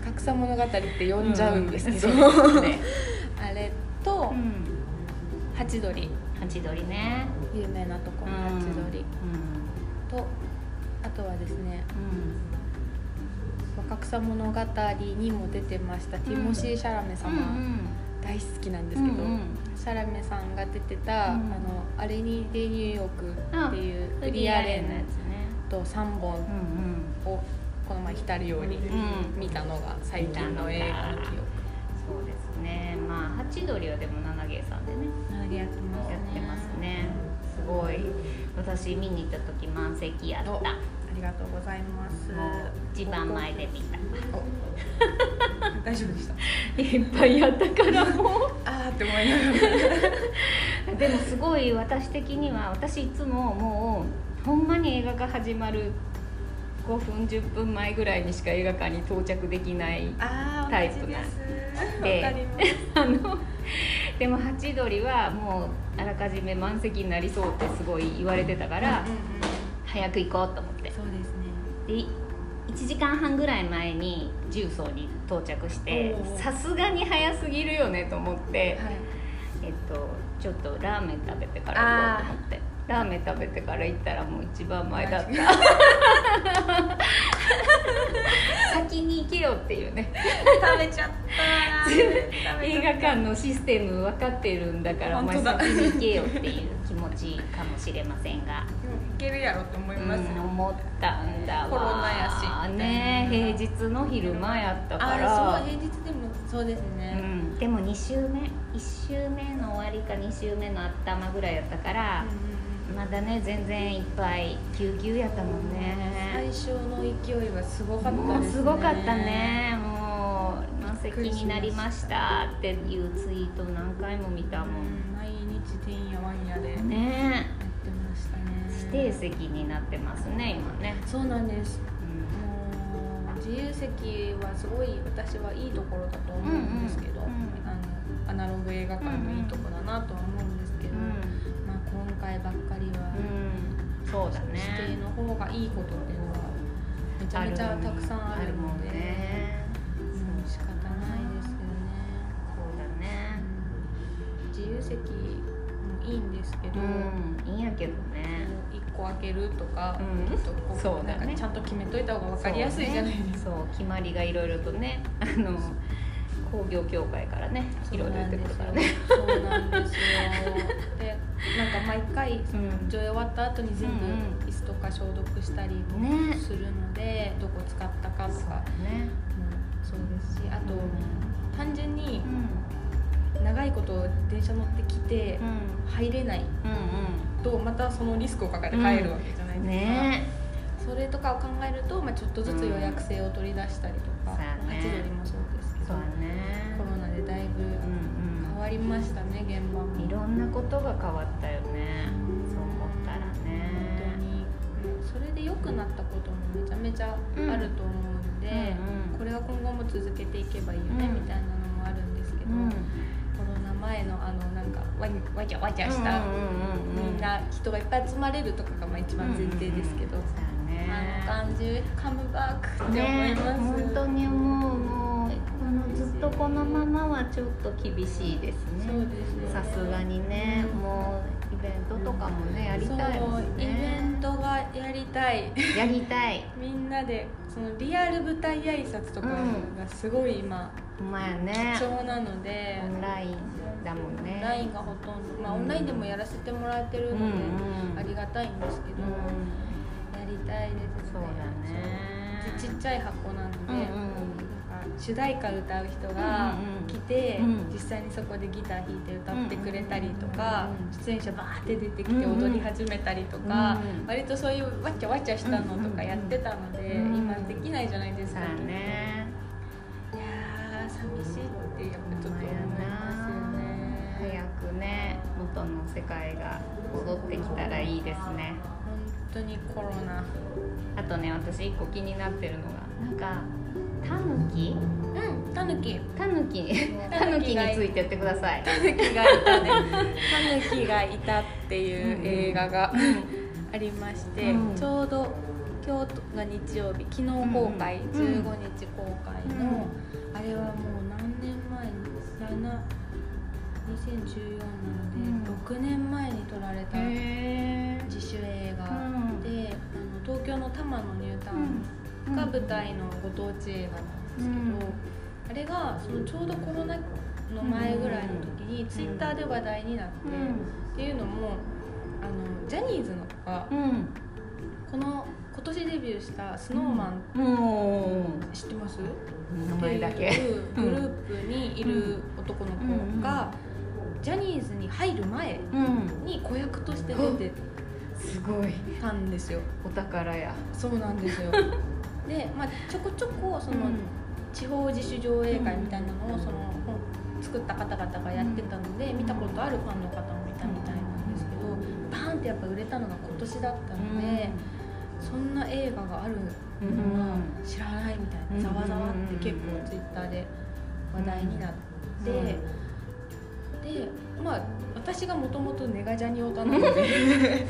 Speaker 2: 若草物語って呼んじゃうんですけど、
Speaker 1: うんそうね
Speaker 2: あれ
Speaker 1: う
Speaker 2: と、
Speaker 1: ん
Speaker 2: ハチドリ
Speaker 1: ハチドリね
Speaker 2: 有名なとこのハチドリとあとはですね
Speaker 1: う
Speaker 2: 「若草物語」にも出てました、ティモシー・シャラメ
Speaker 1: んうんうん
Speaker 2: 様、大好きなんですけど、
Speaker 1: うんうん
Speaker 2: シャラメさんが出てた「
Speaker 1: うん
Speaker 2: あのアレニー・デ・ニューヨーク」っていう
Speaker 1: フ
Speaker 2: フ
Speaker 1: リ
Speaker 2: リ
Speaker 1: ー
Speaker 2: ー
Speaker 1: ア
Speaker 2: ア
Speaker 1: レ
Speaker 2: レ
Speaker 1: ンのや
Speaker 2: ン
Speaker 1: つね
Speaker 2: と3
Speaker 1: う
Speaker 2: 本
Speaker 1: ん
Speaker 2: をこの前浸るように
Speaker 1: うん
Speaker 2: 見たのが最近の映画の記憶
Speaker 1: そうですねまあハチドリはでも七芸さんでね
Speaker 2: 投げやってますね
Speaker 1: やってますねすごい私見に行った時満席やったも
Speaker 2: お
Speaker 1: う
Speaker 2: ありがとうございます
Speaker 1: 一番前で見た
Speaker 2: お 大丈夫でした
Speaker 1: いっぱいやったからも
Speaker 2: あーって思いながら
Speaker 1: うでもすごい私的には私いつももうほんまに映画が始まる5分10分前ぐらいにしか映画館に到着できない
Speaker 2: あ
Speaker 1: タイプなで
Speaker 2: わかります
Speaker 1: あのでもハチドリはもうあらかじめ満席になりそうってすごい言われてたから
Speaker 2: うんうんうん
Speaker 1: 早く行こうと思って
Speaker 2: そうですね
Speaker 1: で1時間半ぐらい前に重曹に到着して
Speaker 2: おー
Speaker 1: さすがに早すぎるよねと思って、
Speaker 2: はい
Speaker 1: えっと、ちょっとラーメン食べてから行こうと思ってラーメン食べてから行ったらもう一番前 だった
Speaker 2: た
Speaker 1: 先に行けよっていうね
Speaker 2: 食べちゃった食べちゃった
Speaker 1: 映画館のシステム分かってるんだからお前
Speaker 2: 本当だ
Speaker 1: 先に行けよっていう気持ちかもしれませんが。
Speaker 2: でもいけるやろと思います
Speaker 1: うん、思ったんだわ
Speaker 2: コロナやし
Speaker 1: ね平日日の昼間やったか
Speaker 2: あ
Speaker 1: ら
Speaker 2: そう平日でもそうです
Speaker 1: う
Speaker 2: ね、
Speaker 1: ん、でも2週目1週目の終わりか2週目の頭ぐらいやったから、まだね全然いっぱいぎゅうぎゅうやったもん
Speaker 2: 最
Speaker 1: ね、
Speaker 2: 初の勢いはすごかったですね
Speaker 1: もうすごかったねもう満席になりましたっていうツイート何回も見た
Speaker 2: う
Speaker 1: もん
Speaker 2: ん毎日てんやわんやでやって
Speaker 1: ね
Speaker 2: ましたね
Speaker 1: 指定席になってますね今ね、
Speaker 2: そうなんです
Speaker 1: うん
Speaker 2: もう自由席はすごい私はいいところだと思うんですけど、
Speaker 1: うんうんうん
Speaker 2: あのアナログ映画館のいいとこだなとは思うんですけど、
Speaker 1: う
Speaker 2: まあ、今回ばっかりは、
Speaker 1: ん、そうだね
Speaker 2: 指定の方がいいことっていうのはめちゃめちゃたくさんあるので
Speaker 1: そう
Speaker 2: うん仕方ないですよね、
Speaker 1: そうだね
Speaker 2: 自由席もいいんですけど、
Speaker 1: うんいいんやけどね
Speaker 2: 1個開けるとか、
Speaker 1: うん
Speaker 2: ちょっとこう
Speaker 1: そうだね
Speaker 2: なんかちゃんと決めといた方が分かりやすいじゃないですか。
Speaker 1: そう,、決まりがいろいろとねあの工業協会からねいろいろ言ってくるからね
Speaker 2: そうなんですよ。で、なんか毎回
Speaker 1: うん
Speaker 2: 上映終わった後に全部
Speaker 1: うんうん
Speaker 2: 椅子とか消毒したりも
Speaker 1: ね
Speaker 2: するので、どこ使ったかと
Speaker 1: そうだ
Speaker 2: か
Speaker 1: ね
Speaker 2: もそうですし、あと、
Speaker 1: う
Speaker 2: 単純に
Speaker 1: んうん
Speaker 2: 長いこと電車乗ってきて
Speaker 1: うん
Speaker 2: 入れない
Speaker 1: うん
Speaker 2: とまたそのリスクを抱えて帰るわけじゃな
Speaker 1: う
Speaker 2: い
Speaker 1: ん
Speaker 2: ですか。
Speaker 1: ね
Speaker 2: それとかを考えると、まあ、ちょっとずつ予約制を取り出したりと
Speaker 1: うん
Speaker 2: か、
Speaker 1: そうやね
Speaker 2: まあ千鳥もそうですけ
Speaker 1: そ
Speaker 2: ど、
Speaker 1: うだね
Speaker 2: コロナでだいぶ
Speaker 1: うん
Speaker 2: 変わりましたね現場も
Speaker 1: うんいろんなことが変わったよね
Speaker 2: うん
Speaker 1: そう思ったら
Speaker 2: 本当
Speaker 1: ね
Speaker 2: にうんそれで良くなったこともめちゃめちゃあると思うので、
Speaker 1: うんうん
Speaker 2: これは今後も続けていけばいいよね、
Speaker 1: うん
Speaker 2: みたいなのもあるんですけど、コロナ前のあのなんかわにわちゃわちゃした、
Speaker 1: うんうんうんうん
Speaker 2: みんな人がいっぱい集まれるとかがまあ一番前提ですけど、
Speaker 1: うんうんうんそうだね
Speaker 2: あの感じカムバックって思い
Speaker 1: ね
Speaker 2: ます、
Speaker 1: 本当にもうもうこのずっとこのままはちょっと厳しいです
Speaker 2: そう
Speaker 1: ね
Speaker 2: ですよね
Speaker 1: さすがにね
Speaker 2: うん
Speaker 1: もうイベントとかもねやりたい
Speaker 2: そ
Speaker 1: も
Speaker 2: うんイベ
Speaker 1: ね
Speaker 2: ントがやりたい
Speaker 1: やりたい
Speaker 2: みんなでそのリアル舞台挨拶とかがすごい今
Speaker 1: ほんまや
Speaker 2: 貴
Speaker 1: ね
Speaker 2: 重なので、
Speaker 1: オンラインだもんね
Speaker 2: ラインがほとんど、まあ、オンラインでもやらせてもらえてる
Speaker 1: う
Speaker 2: ので、
Speaker 1: んうん
Speaker 2: ありがたいんですけど、
Speaker 1: うん
Speaker 2: やりたいですね
Speaker 1: そうだね
Speaker 2: ちっちゃい箱なので、
Speaker 1: うんうん
Speaker 2: なんか主題歌歌う人が
Speaker 1: うんうん
Speaker 2: 来て、
Speaker 1: うん
Speaker 2: 実際にそこでギター弾いて歌ってくれたりとか、
Speaker 1: うんうんうん
Speaker 2: 出演者バーって出てき
Speaker 1: うん
Speaker 2: て
Speaker 1: うん
Speaker 2: 踊り始めたりとか、
Speaker 1: うんうん
Speaker 2: 割とそういうわっちゃわっちゃしたのとかやってたので、
Speaker 1: うんうんうん
Speaker 2: 今できないじゃないです
Speaker 1: そ
Speaker 2: か、
Speaker 1: うだね
Speaker 2: いやー寂しいってやっぱちょっと思いますよね
Speaker 1: 早くね元の世界が戻ってきたらいいですね
Speaker 2: 本当にコロナ
Speaker 1: あとね私一個気になってるのがなんかタヌキ
Speaker 2: うんタヌキ
Speaker 1: タヌキタヌキについてやってください
Speaker 2: タヌキがいたねタヌキがいたっていう映画がありまして、
Speaker 1: うん
Speaker 2: ちょうど今日が日曜日昨日公開、
Speaker 1: うん
Speaker 2: 15日公開の、あれはもう何年前に7 2014なので、
Speaker 1: うん
Speaker 2: 6年前に撮られた
Speaker 1: へ
Speaker 2: 自主映画
Speaker 1: うん
Speaker 2: で、あの東京の多摩のニュータウンが舞台のご当地映画なんですけど、
Speaker 1: うん
Speaker 2: あれがそのちょうどコロナの前ぐらいの時にツイッターで話題になって、っていうのもあのジャニーズの子が
Speaker 1: うん
Speaker 2: この今年デビューしたスノーマン、
Speaker 1: も
Speaker 2: 知ってます
Speaker 1: う名前だ
Speaker 2: って
Speaker 1: け
Speaker 2: いうグループにいる男の子が、ジャニーズに入る前
Speaker 1: うん
Speaker 2: に子役として出て
Speaker 1: すごい
Speaker 2: たんですよ。
Speaker 1: お宝や
Speaker 2: そうなんですよで、まあ、ちょこちょこその地方自主上映会みたいなのをその本作った方々がやってたので見たことあるファンの方もいたみたいなんですけどバーンってやっぱ売れたのが今年だったので、そんな映画がある
Speaker 1: うん
Speaker 2: のは知らないみたいなざわざわって結
Speaker 1: うんうんうんう
Speaker 2: 構
Speaker 1: ん
Speaker 2: ツイッターで話題になって。
Speaker 1: うん
Speaker 2: でまあ私がもともとネガジャニオタなので ね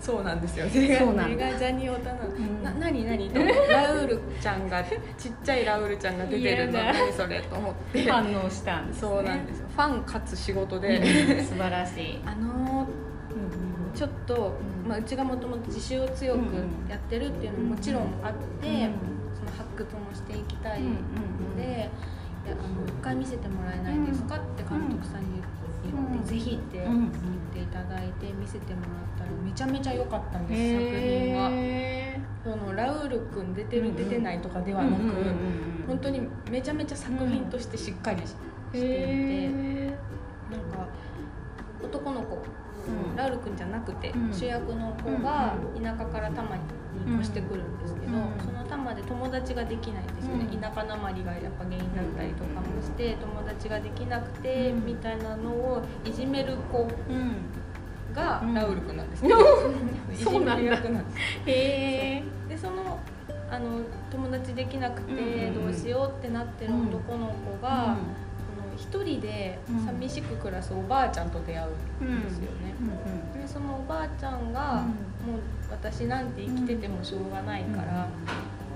Speaker 2: そうなんですよネ
Speaker 1: そう
Speaker 2: ガ
Speaker 1: なんだ
Speaker 2: ネガジャニオタなの、
Speaker 1: ん
Speaker 2: な何何と思ってラウールちゃんがちっちゃいラウールちゃんが出てるの
Speaker 1: いやだ
Speaker 2: 何それと思って
Speaker 1: 反応したんですね
Speaker 2: そうなんですよファンかつ仕事で、
Speaker 1: うん素晴らしい
Speaker 2: あのーちょっと、
Speaker 1: うん
Speaker 2: まあ、うちがもともと自主を強くやってるっていうのももちろんあって、
Speaker 1: うん
Speaker 2: その発掘もしていきたい
Speaker 1: うんうんうん
Speaker 2: で、いやあの一回見せてもらえないですかって監督さんに言って、
Speaker 1: うん
Speaker 2: ぜひって言
Speaker 1: うん
Speaker 2: っていただいて見せてもらったらめちゃめちゃ良かったんです、作品が
Speaker 1: へ
Speaker 2: そのラウールくん出てる出てないとかではなく本当にめちゃめちゃ作品としてしっかりししていてなんか男の子ラウルくんじゃなくて
Speaker 1: うん
Speaker 2: 主役の子が田舎から多摩に越してくるんですけど
Speaker 1: うん
Speaker 2: その多摩で友達ができないんですよね
Speaker 1: うん
Speaker 2: 田舎なまりがやっぱ原因だったりとかもして友達ができなくてみたいなのをいじめる子が
Speaker 1: うん
Speaker 2: ラウルくんなんですけど、 いじ
Speaker 1: そうな
Speaker 2: め
Speaker 1: ん
Speaker 2: る
Speaker 1: だ
Speaker 2: 役なんです
Speaker 1: へえ
Speaker 2: でそのあの友達できなく
Speaker 1: うん
Speaker 2: て
Speaker 1: うんうん
Speaker 2: どうしようってなってる男の子が、その一人で寂しく暮らすおばあちゃんと出会うんですよね、でそのおばあちゃんが、もう私なんて生きててもしょうがないから、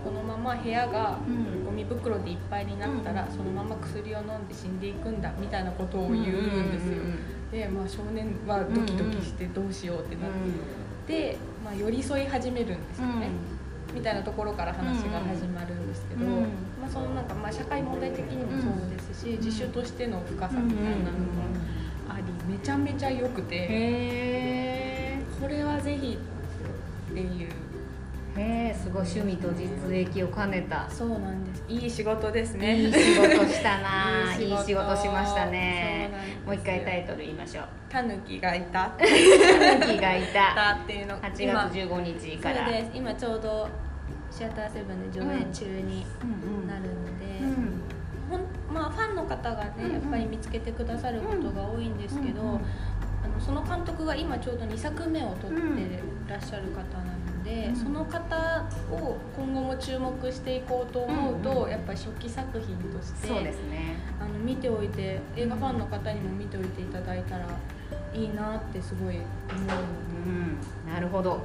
Speaker 2: このまま部屋がゴミ袋でいっぱいになったら、
Speaker 1: うん
Speaker 2: そのまま薬を飲んで死んでいくんだみたいなことを言うんですよ、で、まあ、少年はドキドキしてどうしようってなって、でまあ、寄り添い始めるんですよね、みたいなところから話が始まるんですけど、
Speaker 1: うん
Speaker 2: まあ、そのなんかまあ社会問題的にもそうですし、
Speaker 1: ん
Speaker 2: 自主としての深さみたいなのもありめちゃめちゃ良くて、
Speaker 1: へ
Speaker 2: これはぜひっていう
Speaker 1: えすごい趣味と実益を兼ねた
Speaker 2: そうなんですいい仕事ですね
Speaker 1: いい仕事したな いい仕事しました
Speaker 2: そう
Speaker 1: ね
Speaker 2: なんですよ
Speaker 1: もう一回タイトル言いましょう
Speaker 2: タヌキがいたっ
Speaker 1: 「タヌキがいた
Speaker 2: たっていうの」
Speaker 1: 8月
Speaker 2: 今
Speaker 1: 15日から
Speaker 2: そうです今ちょうどシアターセブンで上映中
Speaker 1: う
Speaker 2: に
Speaker 1: んうん
Speaker 2: なるので、
Speaker 1: うん
Speaker 2: ほんまあ、ファンの方がね、
Speaker 1: うんうん
Speaker 2: やっぱり見つけてくださることが多いんですけど、
Speaker 1: うんうんうん
Speaker 2: あのその監督が今ちょうど2作目を撮って
Speaker 1: うん
Speaker 2: らっしゃる方なので、
Speaker 1: うん
Speaker 2: その方を今後も注目していこうと思うと、
Speaker 1: うんうん
Speaker 2: やっぱり初期作品として
Speaker 1: そうですね
Speaker 2: あの見ておいて映画ファンの方にも見ておいていただいたらいいなってすごい思う
Speaker 1: う
Speaker 2: ので
Speaker 1: んなるほど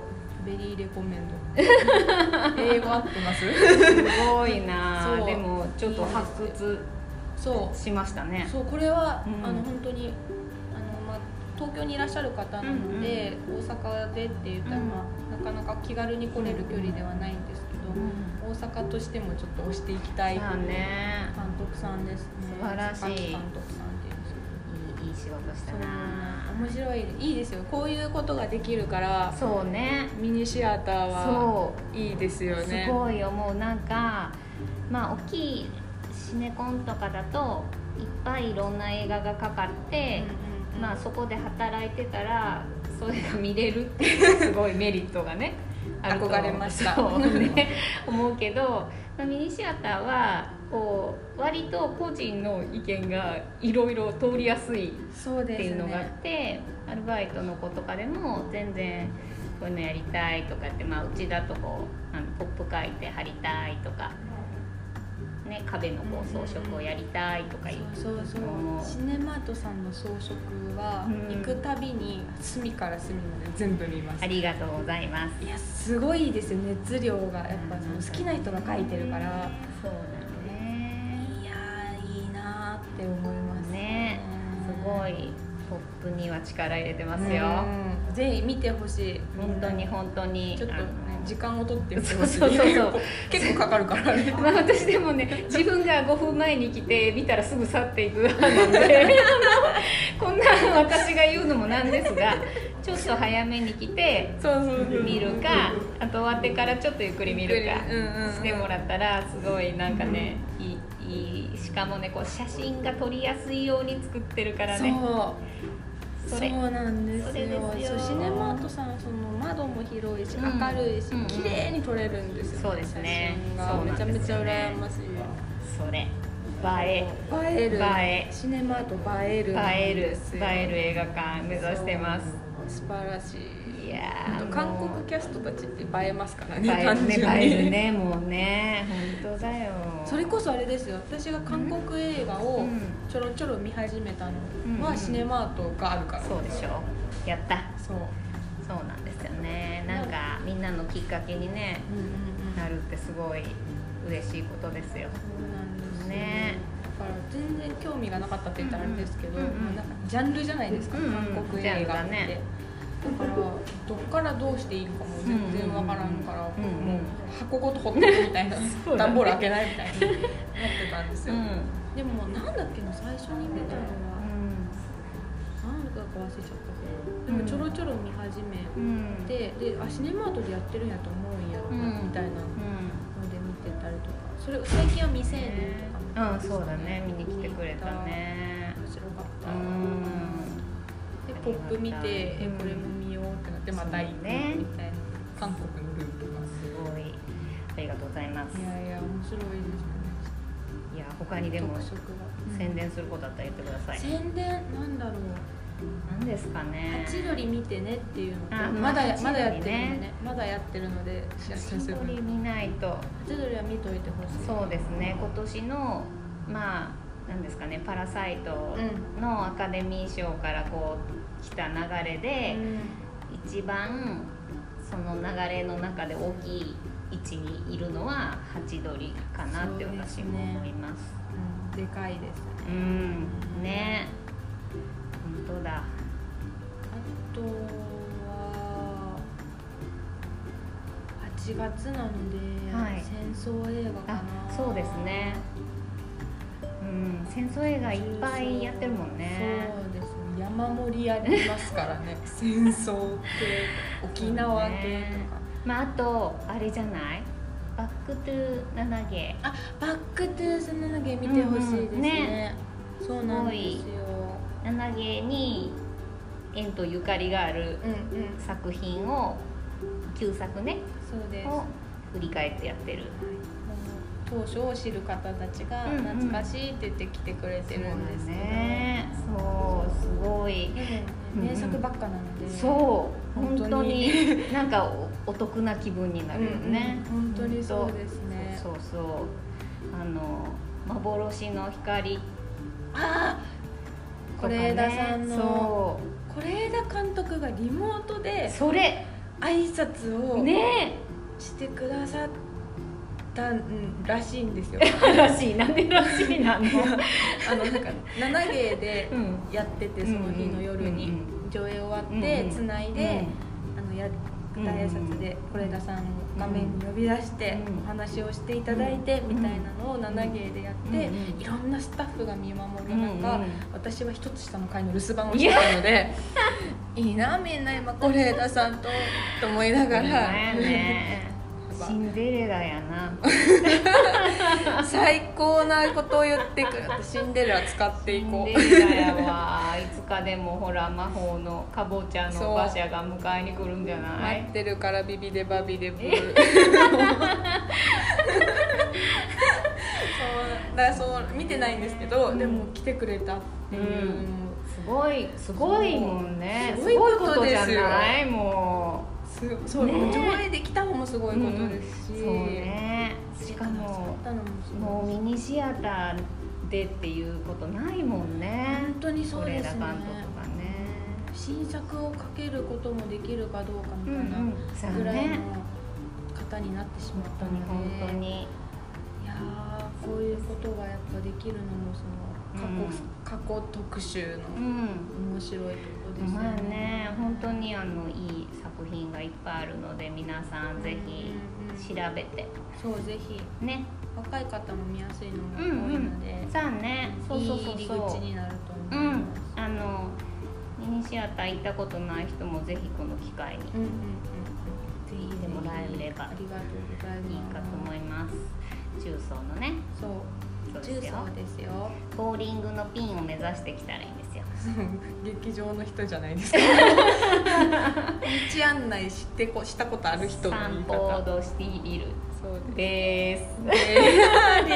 Speaker 2: ベリーレコメン ド英語合ってます
Speaker 1: すごいな
Speaker 2: そう
Speaker 1: でもちょっと発掘
Speaker 2: そう
Speaker 1: しましたね
Speaker 2: そうこれは、
Speaker 1: うん
Speaker 2: あの本当にあの、まあ、東京にいらっしゃる方なので、大阪でって言ったら、まあなかなか気軽に来れる距離ではないんですけど、
Speaker 1: うん
Speaker 2: 大阪としてもちょっと推していきたい
Speaker 1: さあ
Speaker 2: 監
Speaker 1: ね
Speaker 2: 督さんですね
Speaker 1: 素晴らしい
Speaker 2: 榊監督さんっていうんですけど
Speaker 1: いいいい仕事した
Speaker 2: そう
Speaker 1: な
Speaker 2: 面白いいいですよこういうことができるから
Speaker 1: そうね
Speaker 2: ミニシアターは
Speaker 1: そう
Speaker 2: いいですよね
Speaker 1: すごいよもうなんかまあ大きいシネコンとかだといっぱいいろんな映画がかかって、まあそこで働いてたらそれが見れるっていうすごいメリットが ねあると思う
Speaker 2: 憧れました
Speaker 1: そうね思うけど、まあ、ミニシアターはこう割と個人の意見がいろいろ通りやすい
Speaker 2: そう
Speaker 1: っ
Speaker 2: で
Speaker 1: てい
Speaker 2: す
Speaker 1: うのがあっ
Speaker 2: ね
Speaker 1: て、アルバイトの子とかでも全然こういうのやりたいとかって、まあ、うちだとこうあのポップ書いて貼りたいとか、ね、壁のこう装飾をやりたいとかいう、
Speaker 2: そうそうそう
Speaker 1: うん
Speaker 2: シネマートさんの装飾は
Speaker 1: うん
Speaker 2: 行くたびに隅から隅まで全部見ます
Speaker 1: ありがとうございます。
Speaker 2: いやすごいですよ熱量がやっぱその好きな人が描いてるから
Speaker 1: そうだね
Speaker 2: いやーいいなーって思います
Speaker 1: ねすごいポップには力入れてますよ。
Speaker 2: うんぜひ見てほしい
Speaker 1: 本当に本当に
Speaker 2: ちょっとね
Speaker 1: あの
Speaker 2: 時間を取って見て
Speaker 1: そう
Speaker 2: ほしい
Speaker 1: そうそうそう
Speaker 2: 結構かかるからね
Speaker 1: まあ、私でもね自分が5分前に来て見たらすぐ去っていく派なのであのこんな私が言うのもなんですがちょっと早めに来て
Speaker 2: そうそうそう
Speaker 1: 見るかあと終わってからちょっとゆっくり見るか
Speaker 2: うんうんうん
Speaker 1: してもらったらすごいなんかねいいいいしかもねこう写真が撮りやすいように作ってるからね
Speaker 2: そう
Speaker 1: そ
Speaker 2: そう
Speaker 1: れ
Speaker 2: なんですよ
Speaker 1: それですよ
Speaker 2: そうシネマートさんその窓も広いし、
Speaker 1: うん
Speaker 2: 明るいし、
Speaker 1: うん
Speaker 2: 綺麗に撮れるんですよ
Speaker 1: そうですね
Speaker 2: 写真が
Speaker 1: そうな
Speaker 2: め
Speaker 1: ん
Speaker 2: ちゃ
Speaker 1: で
Speaker 2: め
Speaker 1: す
Speaker 2: ち
Speaker 1: よ
Speaker 2: ゃ
Speaker 1: ね
Speaker 2: 羨ましい
Speaker 1: それ映え
Speaker 2: 映える
Speaker 1: 映え
Speaker 2: シネマート映える
Speaker 1: 映え
Speaker 2: んです
Speaker 1: る
Speaker 2: よ
Speaker 1: 映える映画館目指してます
Speaker 2: 素晴らしい
Speaker 1: いや
Speaker 2: あと
Speaker 1: ー
Speaker 2: 韓
Speaker 1: もう
Speaker 2: 国キャストたちって映えますから
Speaker 1: 映
Speaker 2: ね
Speaker 1: える
Speaker 2: 単
Speaker 1: ね
Speaker 2: 純に
Speaker 1: 映えるねもうね本当だよ
Speaker 2: それこそあれですよ私が韓国映画
Speaker 1: う
Speaker 2: を
Speaker 1: ん
Speaker 2: ちょろちょろ見始めたの
Speaker 1: うんう
Speaker 2: は
Speaker 1: ん
Speaker 2: シネマートがあるから、
Speaker 1: そうでしょやった
Speaker 2: そう、
Speaker 1: そうなんですよねなんかみんなのきっかけにね
Speaker 2: うんうんうん、
Speaker 1: なるってすごい嬉しいことですよ
Speaker 2: そうなんですよ
Speaker 1: ね
Speaker 2: だから全然興味がなかったって言ったらあれですけど、
Speaker 1: うんうんうんうん
Speaker 2: なんかジャンルじゃないですか、
Speaker 1: うんうん
Speaker 2: 韓国映画って、
Speaker 1: ジャンルだね
Speaker 2: だからどっからどうしていいのかも全然わからんから、
Speaker 1: うんうんうん
Speaker 2: もう箱ごと掘ってるみたいな、
Speaker 1: うだね
Speaker 2: 段ボール開けないみたいになってたんです
Speaker 1: う
Speaker 2: よ、
Speaker 1: ん、
Speaker 2: でもなんだっけな最初に見たのは何だか忘れちゃったけどでもちょろちょろ見始め
Speaker 1: うんうん
Speaker 2: て、であシネマートでやってるんやと思うんや、
Speaker 1: うん
Speaker 2: みたいな
Speaker 1: うん
Speaker 2: それ最近は未成年とかも
Speaker 1: うんそうだね見に来てくれたね
Speaker 2: 面白かった、
Speaker 1: うん
Speaker 2: でポップ見てえこれも見ようってなってまた行くみた
Speaker 1: ね
Speaker 2: いな、韓国のルールとか
Speaker 1: すごいありがとうございます
Speaker 2: いやいや面白いですね
Speaker 1: いや他にでも
Speaker 2: 特色が
Speaker 1: 宣伝することあったら言ってください
Speaker 2: 宣伝なんだろう
Speaker 1: 何ですかね
Speaker 2: ハチドリ見てねっていうのと
Speaker 1: あ
Speaker 2: まだや
Speaker 1: ハチド
Speaker 2: ま
Speaker 1: リね
Speaker 2: だやってるのねまだやってるのでシャシャ
Speaker 1: 一
Speaker 2: セブン
Speaker 1: 人見ないと
Speaker 2: ハチドリは見といてほしい
Speaker 1: そうですね今年のまあなんですかね「パラサイト」のアカデミー賞からこう来た流れで、一番その流れの中で大きい位置にいるのはハチドリかなって
Speaker 2: そうです
Speaker 1: 私
Speaker 2: ね
Speaker 1: も思います
Speaker 2: うんでかいです
Speaker 1: う,、んね本当だ
Speaker 2: あとは8月なので、
Speaker 1: はい
Speaker 2: 戦争映画か
Speaker 1: あ
Speaker 2: な
Speaker 1: そうですねうん戦争映画いっぱいやってるもんね
Speaker 2: そうですね山盛りありますから ね戦争系沖縄系とか、
Speaker 1: まああとあれじゃないバックトゥーナナゲ
Speaker 2: あバックトゥースナナゲ見てほしいですね,、
Speaker 1: うんうんね
Speaker 2: そうなんです
Speaker 1: す
Speaker 2: よ
Speaker 1: ナナゲに縁とゆかりがある
Speaker 2: うんうん
Speaker 1: 作品を旧作ね
Speaker 2: そうです
Speaker 1: を振り返ってやってる
Speaker 2: 当初を知る方たちが
Speaker 1: うんうん
Speaker 2: 懐かしいって言って来てくれてるんですけど、
Speaker 1: ねそうすごい
Speaker 2: でもね名作ばっかなので、
Speaker 1: そう本
Speaker 2: 本当に
Speaker 1: 当になんかおお得な気分になるよね
Speaker 2: うんうん本当にそうですね
Speaker 1: そうそうそうあの幻の光
Speaker 2: あ
Speaker 1: と
Speaker 2: あ
Speaker 1: か
Speaker 2: 是
Speaker 1: ね
Speaker 2: 枝さんの
Speaker 1: そ
Speaker 2: 是枝監督がリモート
Speaker 1: う
Speaker 2: で
Speaker 1: それ
Speaker 2: 挨拶を
Speaker 1: ね
Speaker 2: してくださったんらしいんですよ
Speaker 1: えらしいなんでらしいなの
Speaker 2: あのなんか7芸で
Speaker 1: うん
Speaker 2: やっててその日の夜
Speaker 1: う
Speaker 2: に
Speaker 1: ん
Speaker 2: 上映終わ
Speaker 1: うんう
Speaker 2: っ
Speaker 1: ん
Speaker 2: てつないで、あのや舞台挨拶で是枝さんを画面に呼び出して
Speaker 1: うん
Speaker 2: お話をしていただいてみたいなのを7芸でやっ
Speaker 1: う
Speaker 2: て
Speaker 1: んうん
Speaker 2: いろんなスタッフが見守
Speaker 1: う
Speaker 2: る
Speaker 1: ん
Speaker 2: 中、
Speaker 1: うん
Speaker 2: 私は一つ下の階の留守番をしてたので いいなみんな今是枝さんとと思いながら、
Speaker 1: ねシンデレラやな
Speaker 2: 最高なことを言ってくるシンデレラ使っていこ
Speaker 1: シン
Speaker 2: う
Speaker 1: デレラやわいつかでもほら魔法のかぼちゃの馬車が迎えに来るんじゃな
Speaker 2: 待
Speaker 1: い
Speaker 2: ってるからビビデバビデブそうだからそう見てないんですけど、でも来てくれたっていう、
Speaker 1: うんすごいすごいもんね
Speaker 2: そう
Speaker 1: すごいことじゃ
Speaker 2: すごいことですよ
Speaker 1: ないも
Speaker 2: すそう、
Speaker 1: ね
Speaker 2: 上映できたのもすごいことですし、
Speaker 1: うそうねしかも
Speaker 2: 使ったのもすごい
Speaker 1: もうミニシアターでっていうことないもんね
Speaker 2: 本当にそうですね
Speaker 1: 是枝監督がね
Speaker 2: 新作をかけることもできるかどうかみたい
Speaker 1: うんうんそう
Speaker 2: な
Speaker 1: ね
Speaker 2: ぐらいの方になってしまった
Speaker 1: 本当に本
Speaker 2: ので、
Speaker 1: 当に
Speaker 2: いやーこういうことがやっぱできるのもその過去,、過去特集
Speaker 1: う
Speaker 2: の
Speaker 1: ん
Speaker 2: 面白いところですよ
Speaker 1: まあね本当にあのいい作品がいっぱいあるので皆さんぜひ調べて
Speaker 2: そうぜひ
Speaker 1: ね
Speaker 2: 若い方も見やすいのも多
Speaker 1: う
Speaker 2: い
Speaker 1: ん
Speaker 2: ので、
Speaker 1: さあねそうそうそう
Speaker 2: いい入り口
Speaker 1: そ
Speaker 2: になる
Speaker 1: う
Speaker 2: と
Speaker 1: う
Speaker 2: 思い
Speaker 1: ん
Speaker 2: ます、
Speaker 1: あのミニシアター行ったことない人もぜひこの機会に
Speaker 2: うんうんうん
Speaker 1: ぜひ見てもらえれば
Speaker 2: ありがとうございます
Speaker 1: いいかと思います中層のね
Speaker 2: そう
Speaker 1: そうですよ
Speaker 2: 重曹です よ
Speaker 1: ボーリングのピンを目指してきたらいいんですよ
Speaker 2: 劇場の人じゃないですか道案内してこしたことある人の
Speaker 1: サ
Speaker 2: 言い
Speaker 1: ンポー
Speaker 2: 方
Speaker 1: ドシティビル
Speaker 2: そう
Speaker 1: で
Speaker 2: で
Speaker 1: す
Speaker 2: す、ね、 あり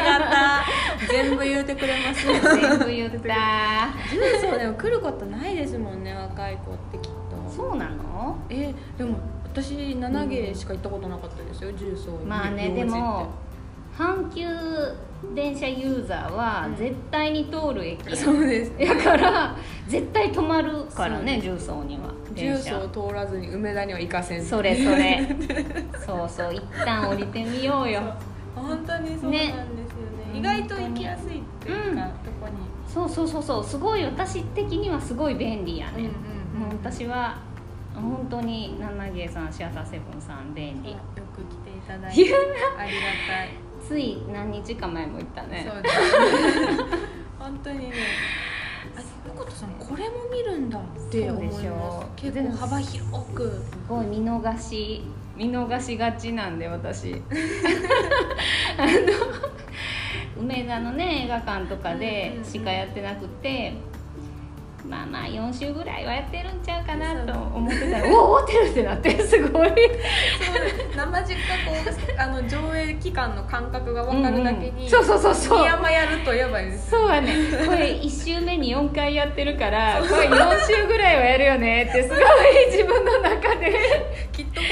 Speaker 2: がた全部言うてくれますね
Speaker 1: 全部言った
Speaker 2: そうでも来ることないですもんね若い子ってきっと
Speaker 1: そうなの
Speaker 2: えでも私7芸しか行ったことなかったですよ重曹に
Speaker 1: まあね
Speaker 2: 用事
Speaker 1: で
Speaker 2: って
Speaker 1: も阪急電車ユーザーは
Speaker 2: うん
Speaker 1: 絶対に通る駅、
Speaker 2: そう です
Speaker 1: だから絶対止まるからね
Speaker 2: そ
Speaker 1: 重曹には電
Speaker 2: 重
Speaker 1: 車
Speaker 2: 曹通らずに梅田には行かせん
Speaker 1: それそれそうそう一旦降りてみようよ
Speaker 2: 本当にそうなんですよね
Speaker 1: ね
Speaker 2: 意外と行きやすいっていうか、とこに
Speaker 1: そうそうそうそうすごい私的にはすごい便利やね、もう私は本当に七芸さんシアターセブンさん便利
Speaker 2: よく来ていただいて
Speaker 1: 言う
Speaker 2: ありがたい、
Speaker 1: つい何日か前も言ったね
Speaker 2: そ うです本当にねあゆうことさんこれも見るんだって思い
Speaker 1: そうでし
Speaker 2: ま
Speaker 1: ょ
Speaker 2: す結構幅広く
Speaker 1: すごい見逃し見逃しがちなんで私 あの梅田のね映画館とかでしかやってなくて、まあまあ4週ぐらいはやってるんちゃうかなと思ってたら「おお合ってる!」ってなってすごい
Speaker 2: 生実家こうあの上映期間の感覚が分かるだけ
Speaker 1: うんう
Speaker 2: に
Speaker 1: んそうそうそうそう
Speaker 2: 深山やるとやばいです
Speaker 1: そうやねこれ1週目に4回やってるからこれ4週ぐらいはやるよねってすごい自分の中で
Speaker 2: きっとこ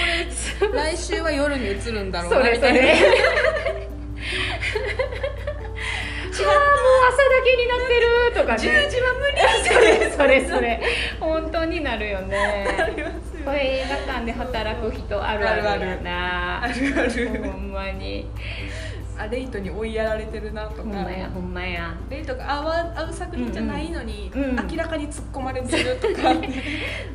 Speaker 2: れ来週は夜に映るんだろう
Speaker 1: そ
Speaker 2: な
Speaker 1: れ
Speaker 2: み
Speaker 1: そ
Speaker 2: たいな
Speaker 1: れ ああもう朝だけになってるとかね
Speaker 2: 10時は無理
Speaker 1: それ それそれ本当になるよね
Speaker 2: ります
Speaker 1: これ映画館で働く人あるあるやな
Speaker 2: あるある
Speaker 1: ほんまに
Speaker 2: あレイトに追いやられてるなと
Speaker 1: ほん
Speaker 2: か
Speaker 1: まやほんまや
Speaker 2: レイトがあわあう作品じゃないのに、
Speaker 1: うんうん
Speaker 2: 明らかに突っ込まれてると か、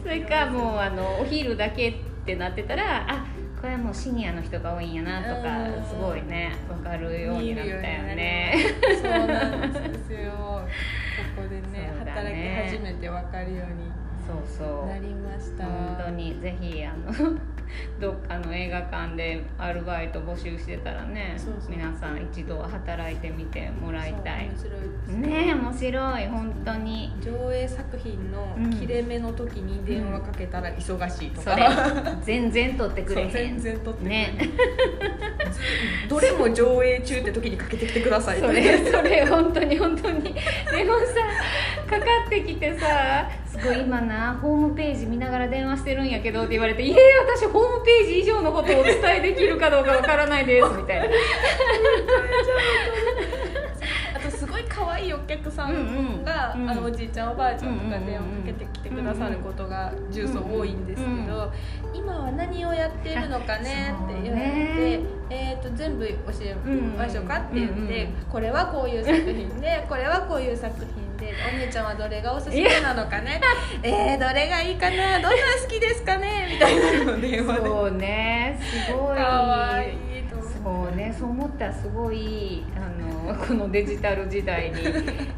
Speaker 1: それかもうあのお昼だけってなってたらあこれはもうシニアの人が多いんやなと
Speaker 2: う
Speaker 1: か
Speaker 2: ん
Speaker 1: すごいね分かるようになったよね
Speaker 2: そうなんですよここでね
Speaker 1: そうだ
Speaker 2: 働き
Speaker 1: ね
Speaker 2: 始めて分かるよう
Speaker 1: そうそう
Speaker 2: になりました
Speaker 1: 本当にぜひあの どっかの映画館でアルバイト募集してたらね
Speaker 2: そうそう
Speaker 1: 皆さん一度は働いてみてもらいたい
Speaker 2: そう面白いです
Speaker 1: ねえ面白い本当に
Speaker 2: 上映作品の
Speaker 1: うん
Speaker 2: 切れ目の時に電話かけたら忙しいと
Speaker 1: そ
Speaker 2: か、
Speaker 1: れ全然取ってくれへ
Speaker 2: そ
Speaker 1: ん
Speaker 2: う全然取ってくれへん
Speaker 1: ね
Speaker 2: どれも上映中って時にかけてきてください
Speaker 1: それそれ本当に本当にでもさかかってきてさ「すごい今なホームページ見ながら電話してるんやけど」って言われて「いえ私ホームページ以上のことをお伝えできるかどうかわからないです」みたいな
Speaker 2: あとすごい可愛いお客さ
Speaker 1: うんうん
Speaker 2: んが、
Speaker 1: うん
Speaker 2: あのおじいちゃんおばあちゃんとか電話かけてきてくださることが重層多いんですけど、
Speaker 1: うんうん
Speaker 2: 今は何をやってるのかね
Speaker 1: あ
Speaker 2: っ
Speaker 1: そうね
Speaker 2: て言われて、えー、と全部教えましょうかって言って、
Speaker 1: うんうん
Speaker 2: これはこういう作品 でこれはこういう作品でお姉ちゃんはどれがおすすめなのか ねえー、どれがいいかなどんなん好きですかねみたいなのを電話で
Speaker 1: そうねすごい
Speaker 2: 可愛いと思って
Speaker 1: そうねそう思ったらすごいあのこのデジタル時代に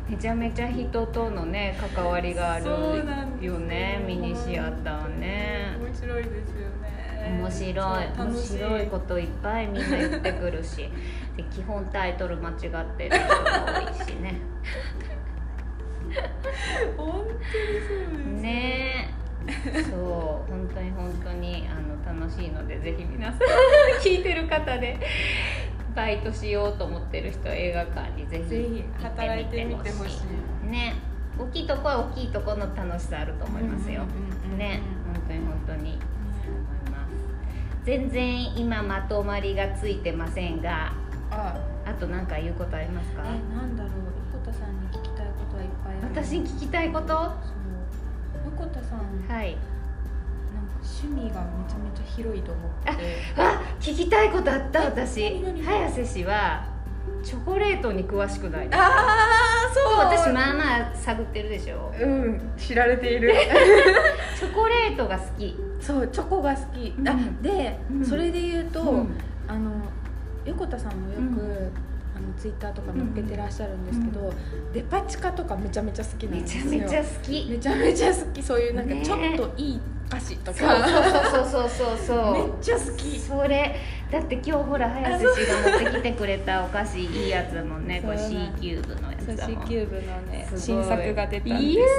Speaker 1: めちゃめちゃ人とのね関わりがある
Speaker 2: そうなんですよ
Speaker 1: よねミニシアターね
Speaker 2: 面白いですよね
Speaker 1: 面白い
Speaker 2: そう
Speaker 1: 面
Speaker 2: 楽しい
Speaker 1: 白いこといっぱいみんな言ってくるしで基本タイトル間違ってる人が多いしね
Speaker 2: 本当にそうです
Speaker 1: ねえそう本当に本当にあの楽しいのでぜひ皆さん聞いてる方でバイトしようと思ってる人映画館にぜひ
Speaker 2: ぜひ働いてみてほしい
Speaker 1: ね大きいとこは大きいとこの楽しさあると思いますよ、
Speaker 2: うんうんうんうん
Speaker 1: ね本当に本当にそう思います全然今まとまりがついてませんが
Speaker 2: あ
Speaker 1: あと何か言うことありますか
Speaker 2: えなんだろう横田さんに聞きたいことはいっぱいある
Speaker 1: 私に聞きたいことは
Speaker 2: そう横田さんなんか
Speaker 1: い
Speaker 2: 趣味がめちゃめちゃ広いと思って
Speaker 1: あ聞きたいことあった私
Speaker 2: 何何
Speaker 1: 早瀬氏はチョコレートに詳しくない
Speaker 2: ああそう
Speaker 1: 私まあまあ探ってるでしょ
Speaker 2: うん知られて いる
Speaker 1: チョコレートが好き
Speaker 2: そうチョコが好き、あ
Speaker 1: うん
Speaker 2: で、
Speaker 1: うん
Speaker 2: それで言うと、
Speaker 1: うん
Speaker 2: あの横田さんもよく、
Speaker 1: うん
Speaker 2: あのツイッターとか載っけてらっしゃるんですけど、デパ地下とかめちゃめちゃ好きなん
Speaker 1: め
Speaker 2: です
Speaker 1: ちゃ
Speaker 2: よ
Speaker 1: めちゃ好き
Speaker 2: めちゃめちゃ好きそういうなんか
Speaker 1: ね
Speaker 2: ちょっといいお菓子と
Speaker 1: そう
Speaker 2: か、
Speaker 1: そうそうそうそうそう
Speaker 2: めっちゃ好き
Speaker 1: それだって今日ほら早瀬氏が持ってきてくれたお菓子いいやつだもんねこれ
Speaker 2: そう
Speaker 1: C
Speaker 2: なの
Speaker 1: キューブのやつ
Speaker 2: そう
Speaker 1: だもん
Speaker 2: C キューブのね
Speaker 1: すごい
Speaker 2: 新作が出たん
Speaker 1: い
Speaker 2: で
Speaker 1: やーす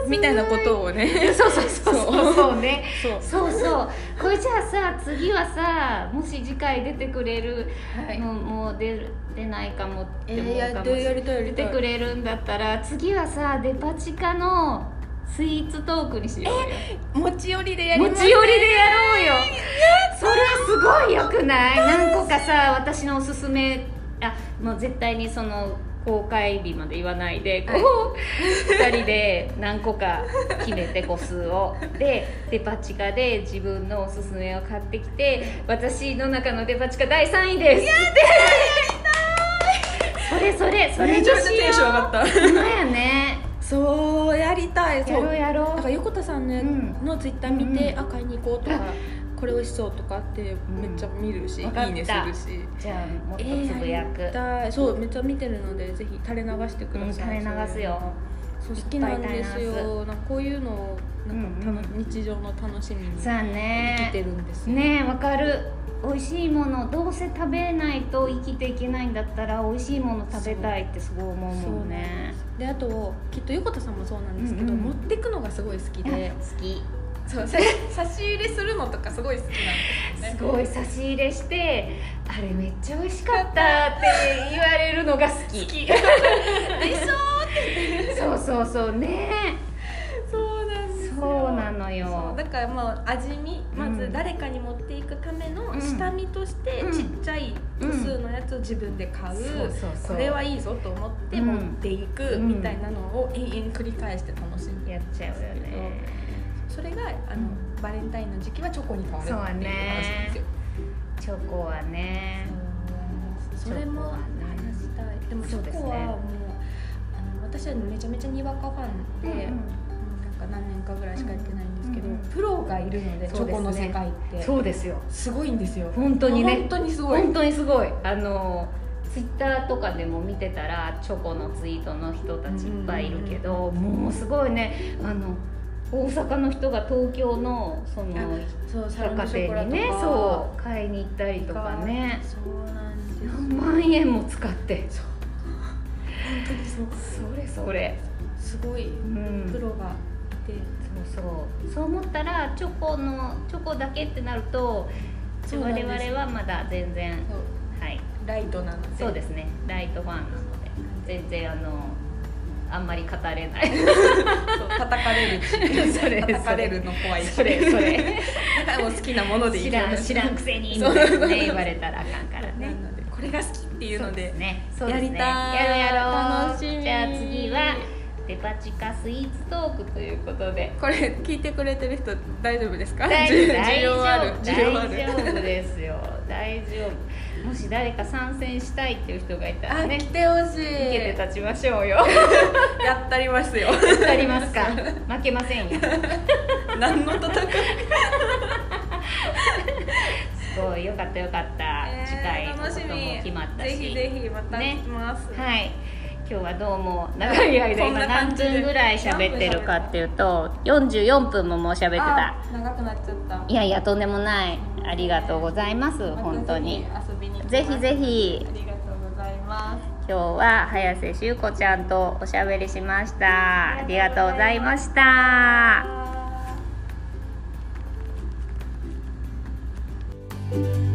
Speaker 1: ご
Speaker 2: す
Speaker 1: い
Speaker 2: みたいなことをね
Speaker 1: そうそうそうそうそうね
Speaker 2: そう
Speaker 1: そうそうこれじゃあさ次はさもし次回出てくれる、
Speaker 2: はい
Speaker 1: もうもう出る出ないかもって
Speaker 2: え
Speaker 1: 思
Speaker 2: ー、
Speaker 1: う
Speaker 2: や
Speaker 1: かも
Speaker 2: っ
Speaker 1: しれな
Speaker 2: や
Speaker 1: い
Speaker 2: りたいや
Speaker 1: 出
Speaker 2: りた
Speaker 1: て
Speaker 2: い
Speaker 1: くれるんだったら次はさデパ地下のスイーツトークにしよう
Speaker 2: 持ち寄りでや
Speaker 1: よ持
Speaker 2: ります
Speaker 1: ち寄りでやろうよそれはすごいよくない何個かさ私のおすすめあもう絶対にその公開日まで言わないでこう、2人で何個か決めて個数をでデパ地下で自分のおすすめを買ってきて私の中のデパ地下第3位ですやったそれそれそれ
Speaker 2: め
Speaker 1: にし
Speaker 2: ち
Speaker 1: よ
Speaker 2: ゃめちゃテンション上
Speaker 1: う
Speaker 2: がった
Speaker 1: ほんまやね
Speaker 2: そうやりたい
Speaker 1: や
Speaker 2: そう
Speaker 1: ろうやろ
Speaker 2: だから
Speaker 1: う
Speaker 2: 横田さんの,、
Speaker 1: うん
Speaker 2: のツイッター見て、
Speaker 1: うん
Speaker 2: あ買いに行 こうとかこれ美味しそうとかってめっちゃ見るし、
Speaker 1: うんわかった
Speaker 2: いいねするし
Speaker 1: じゃあもっとつぶやく、
Speaker 2: えーやりたいそうめっちゃ見てるのでぜひ垂れ流してくださ
Speaker 1: う
Speaker 2: い、
Speaker 1: ん垂れ流すよ
Speaker 2: そう
Speaker 4: そう好きなんですよなんかこういうのをなんかたの、
Speaker 1: うん
Speaker 4: 日常の楽しみに
Speaker 1: さあ
Speaker 4: 生きて
Speaker 1: ね
Speaker 4: るんですよ
Speaker 1: ねえわかる美味しいものどうせ食べないと生きていけないんだったら美味しいもの食べたいってすごい思うもんね
Speaker 4: であときっと横田さんもそうなんですけど、
Speaker 1: うんうん
Speaker 4: 持ってくのがすごい好きで
Speaker 1: 好き
Speaker 2: そうさ 差し入れするのとかすごい好きなんですよね
Speaker 1: すごい差し入れして「あれめっちゃ美味しかった」って言われるのが好き好き
Speaker 2: 理想
Speaker 1: そうそうそうね
Speaker 2: そうなんですよ
Speaker 1: そうなのよ
Speaker 2: そうだからまあ味見ま
Speaker 1: う
Speaker 2: ず
Speaker 1: ん
Speaker 2: 誰かに持っていくための
Speaker 1: うん
Speaker 2: 下見として
Speaker 1: うん
Speaker 2: ちっちゃい部数のやつを自分で買う、
Speaker 1: う
Speaker 2: これはいいぞと思って
Speaker 1: うん
Speaker 2: 持っていく
Speaker 1: うん
Speaker 2: みたいなのを延々繰り返して楽しんで
Speaker 1: やっちゃうよね
Speaker 2: それがあ
Speaker 1: う
Speaker 2: の、
Speaker 1: ん
Speaker 2: バレンタインの時期はチョコに変わるっていう
Speaker 1: そう
Speaker 2: 話なん
Speaker 1: ね
Speaker 2: ですよ
Speaker 1: チョコはね
Speaker 2: それ
Speaker 1: チョ
Speaker 2: も
Speaker 1: コはね
Speaker 2: 話したいでもチ
Speaker 1: そうで
Speaker 2: ョ
Speaker 1: すね
Speaker 2: コはもうあの私はめちゃめちゃにわかファンで、うんなんか何年かぐらいしかやってないんですけど、
Speaker 1: うんうん
Speaker 2: プロがいるのでチ
Speaker 1: そうですね
Speaker 2: ョコの世界って
Speaker 1: そうですよ
Speaker 2: すごいんですよ
Speaker 1: 本当にね
Speaker 2: 本当にすごい
Speaker 1: 本当にすごいあのツイッターとかでも見てたらチョコのツイートの人たちいっぱいいるけど、もうすごいねあの大阪の人が東京のその
Speaker 2: そうサロ
Speaker 1: 百
Speaker 2: ン
Speaker 1: 貨
Speaker 2: のショコラ
Speaker 1: 店
Speaker 2: と
Speaker 1: に
Speaker 2: か
Speaker 1: ねそう買いに行ったりとかね
Speaker 2: そうなんですよ
Speaker 1: 何万円も使って
Speaker 2: そう本当にそう
Speaker 1: それそれ
Speaker 2: すごい
Speaker 1: うん
Speaker 2: プロがいて、
Speaker 1: そうそうそう思ったらチョコのチョコだけってなると
Speaker 2: そうなん
Speaker 1: 我
Speaker 2: です
Speaker 1: 々はまだ全然
Speaker 2: そう
Speaker 1: はい
Speaker 2: ライトなので
Speaker 1: そうですねライトファンなので全然あのあんまり語れない
Speaker 2: そう叩かれるし
Speaker 1: それ
Speaker 2: 叩かれるの怖いし
Speaker 1: それそれ
Speaker 2: だからもう好きなものでいい
Speaker 1: 知らん知らんくせにみたい
Speaker 2: そう
Speaker 1: な
Speaker 2: そうそう
Speaker 1: ね言われたらあかんから
Speaker 2: な
Speaker 1: ね
Speaker 2: のでこれが好きっていうので
Speaker 1: ねそうですね
Speaker 2: やりたい
Speaker 1: やろうやろう
Speaker 2: 楽しみ
Speaker 1: じゃあ次はデパ地下スイーツトークということで
Speaker 2: これ聞いてくれてる人大丈夫ですか
Speaker 1: 大
Speaker 2: 需
Speaker 1: 大
Speaker 2: 需
Speaker 1: 丈
Speaker 2: 要ある
Speaker 1: 夫
Speaker 2: 需要あ
Speaker 1: 大
Speaker 2: る
Speaker 1: 丈夫ですよ大丈夫もし誰か参戦したいっていう人がいたら
Speaker 2: あ、
Speaker 1: ね
Speaker 2: 来てほし
Speaker 1: 受けて
Speaker 2: い
Speaker 1: 立ちましょうよ
Speaker 2: やったりま すよ
Speaker 1: ありますか負けませんよ
Speaker 2: 何の戦い
Speaker 1: すごいよかったよかった、次回のことも決まったし
Speaker 2: ぜひぜひまた来ます、
Speaker 1: はい今日はどうも長い間
Speaker 2: こん
Speaker 1: 今
Speaker 2: な
Speaker 1: 何
Speaker 2: 感じで
Speaker 1: 分ぐらい喋ってるかっていうと44分ももう喋ってた
Speaker 2: あ長くなっちゃった
Speaker 1: いやいやとんでもないありがとうございます本当に
Speaker 2: またぜひ遊びに来ます
Speaker 1: ぜひぜひ
Speaker 2: ありがとうございます
Speaker 1: 今日は早瀬修子ちゃんとおしゃべりしましたありがとうございました
Speaker 2: あー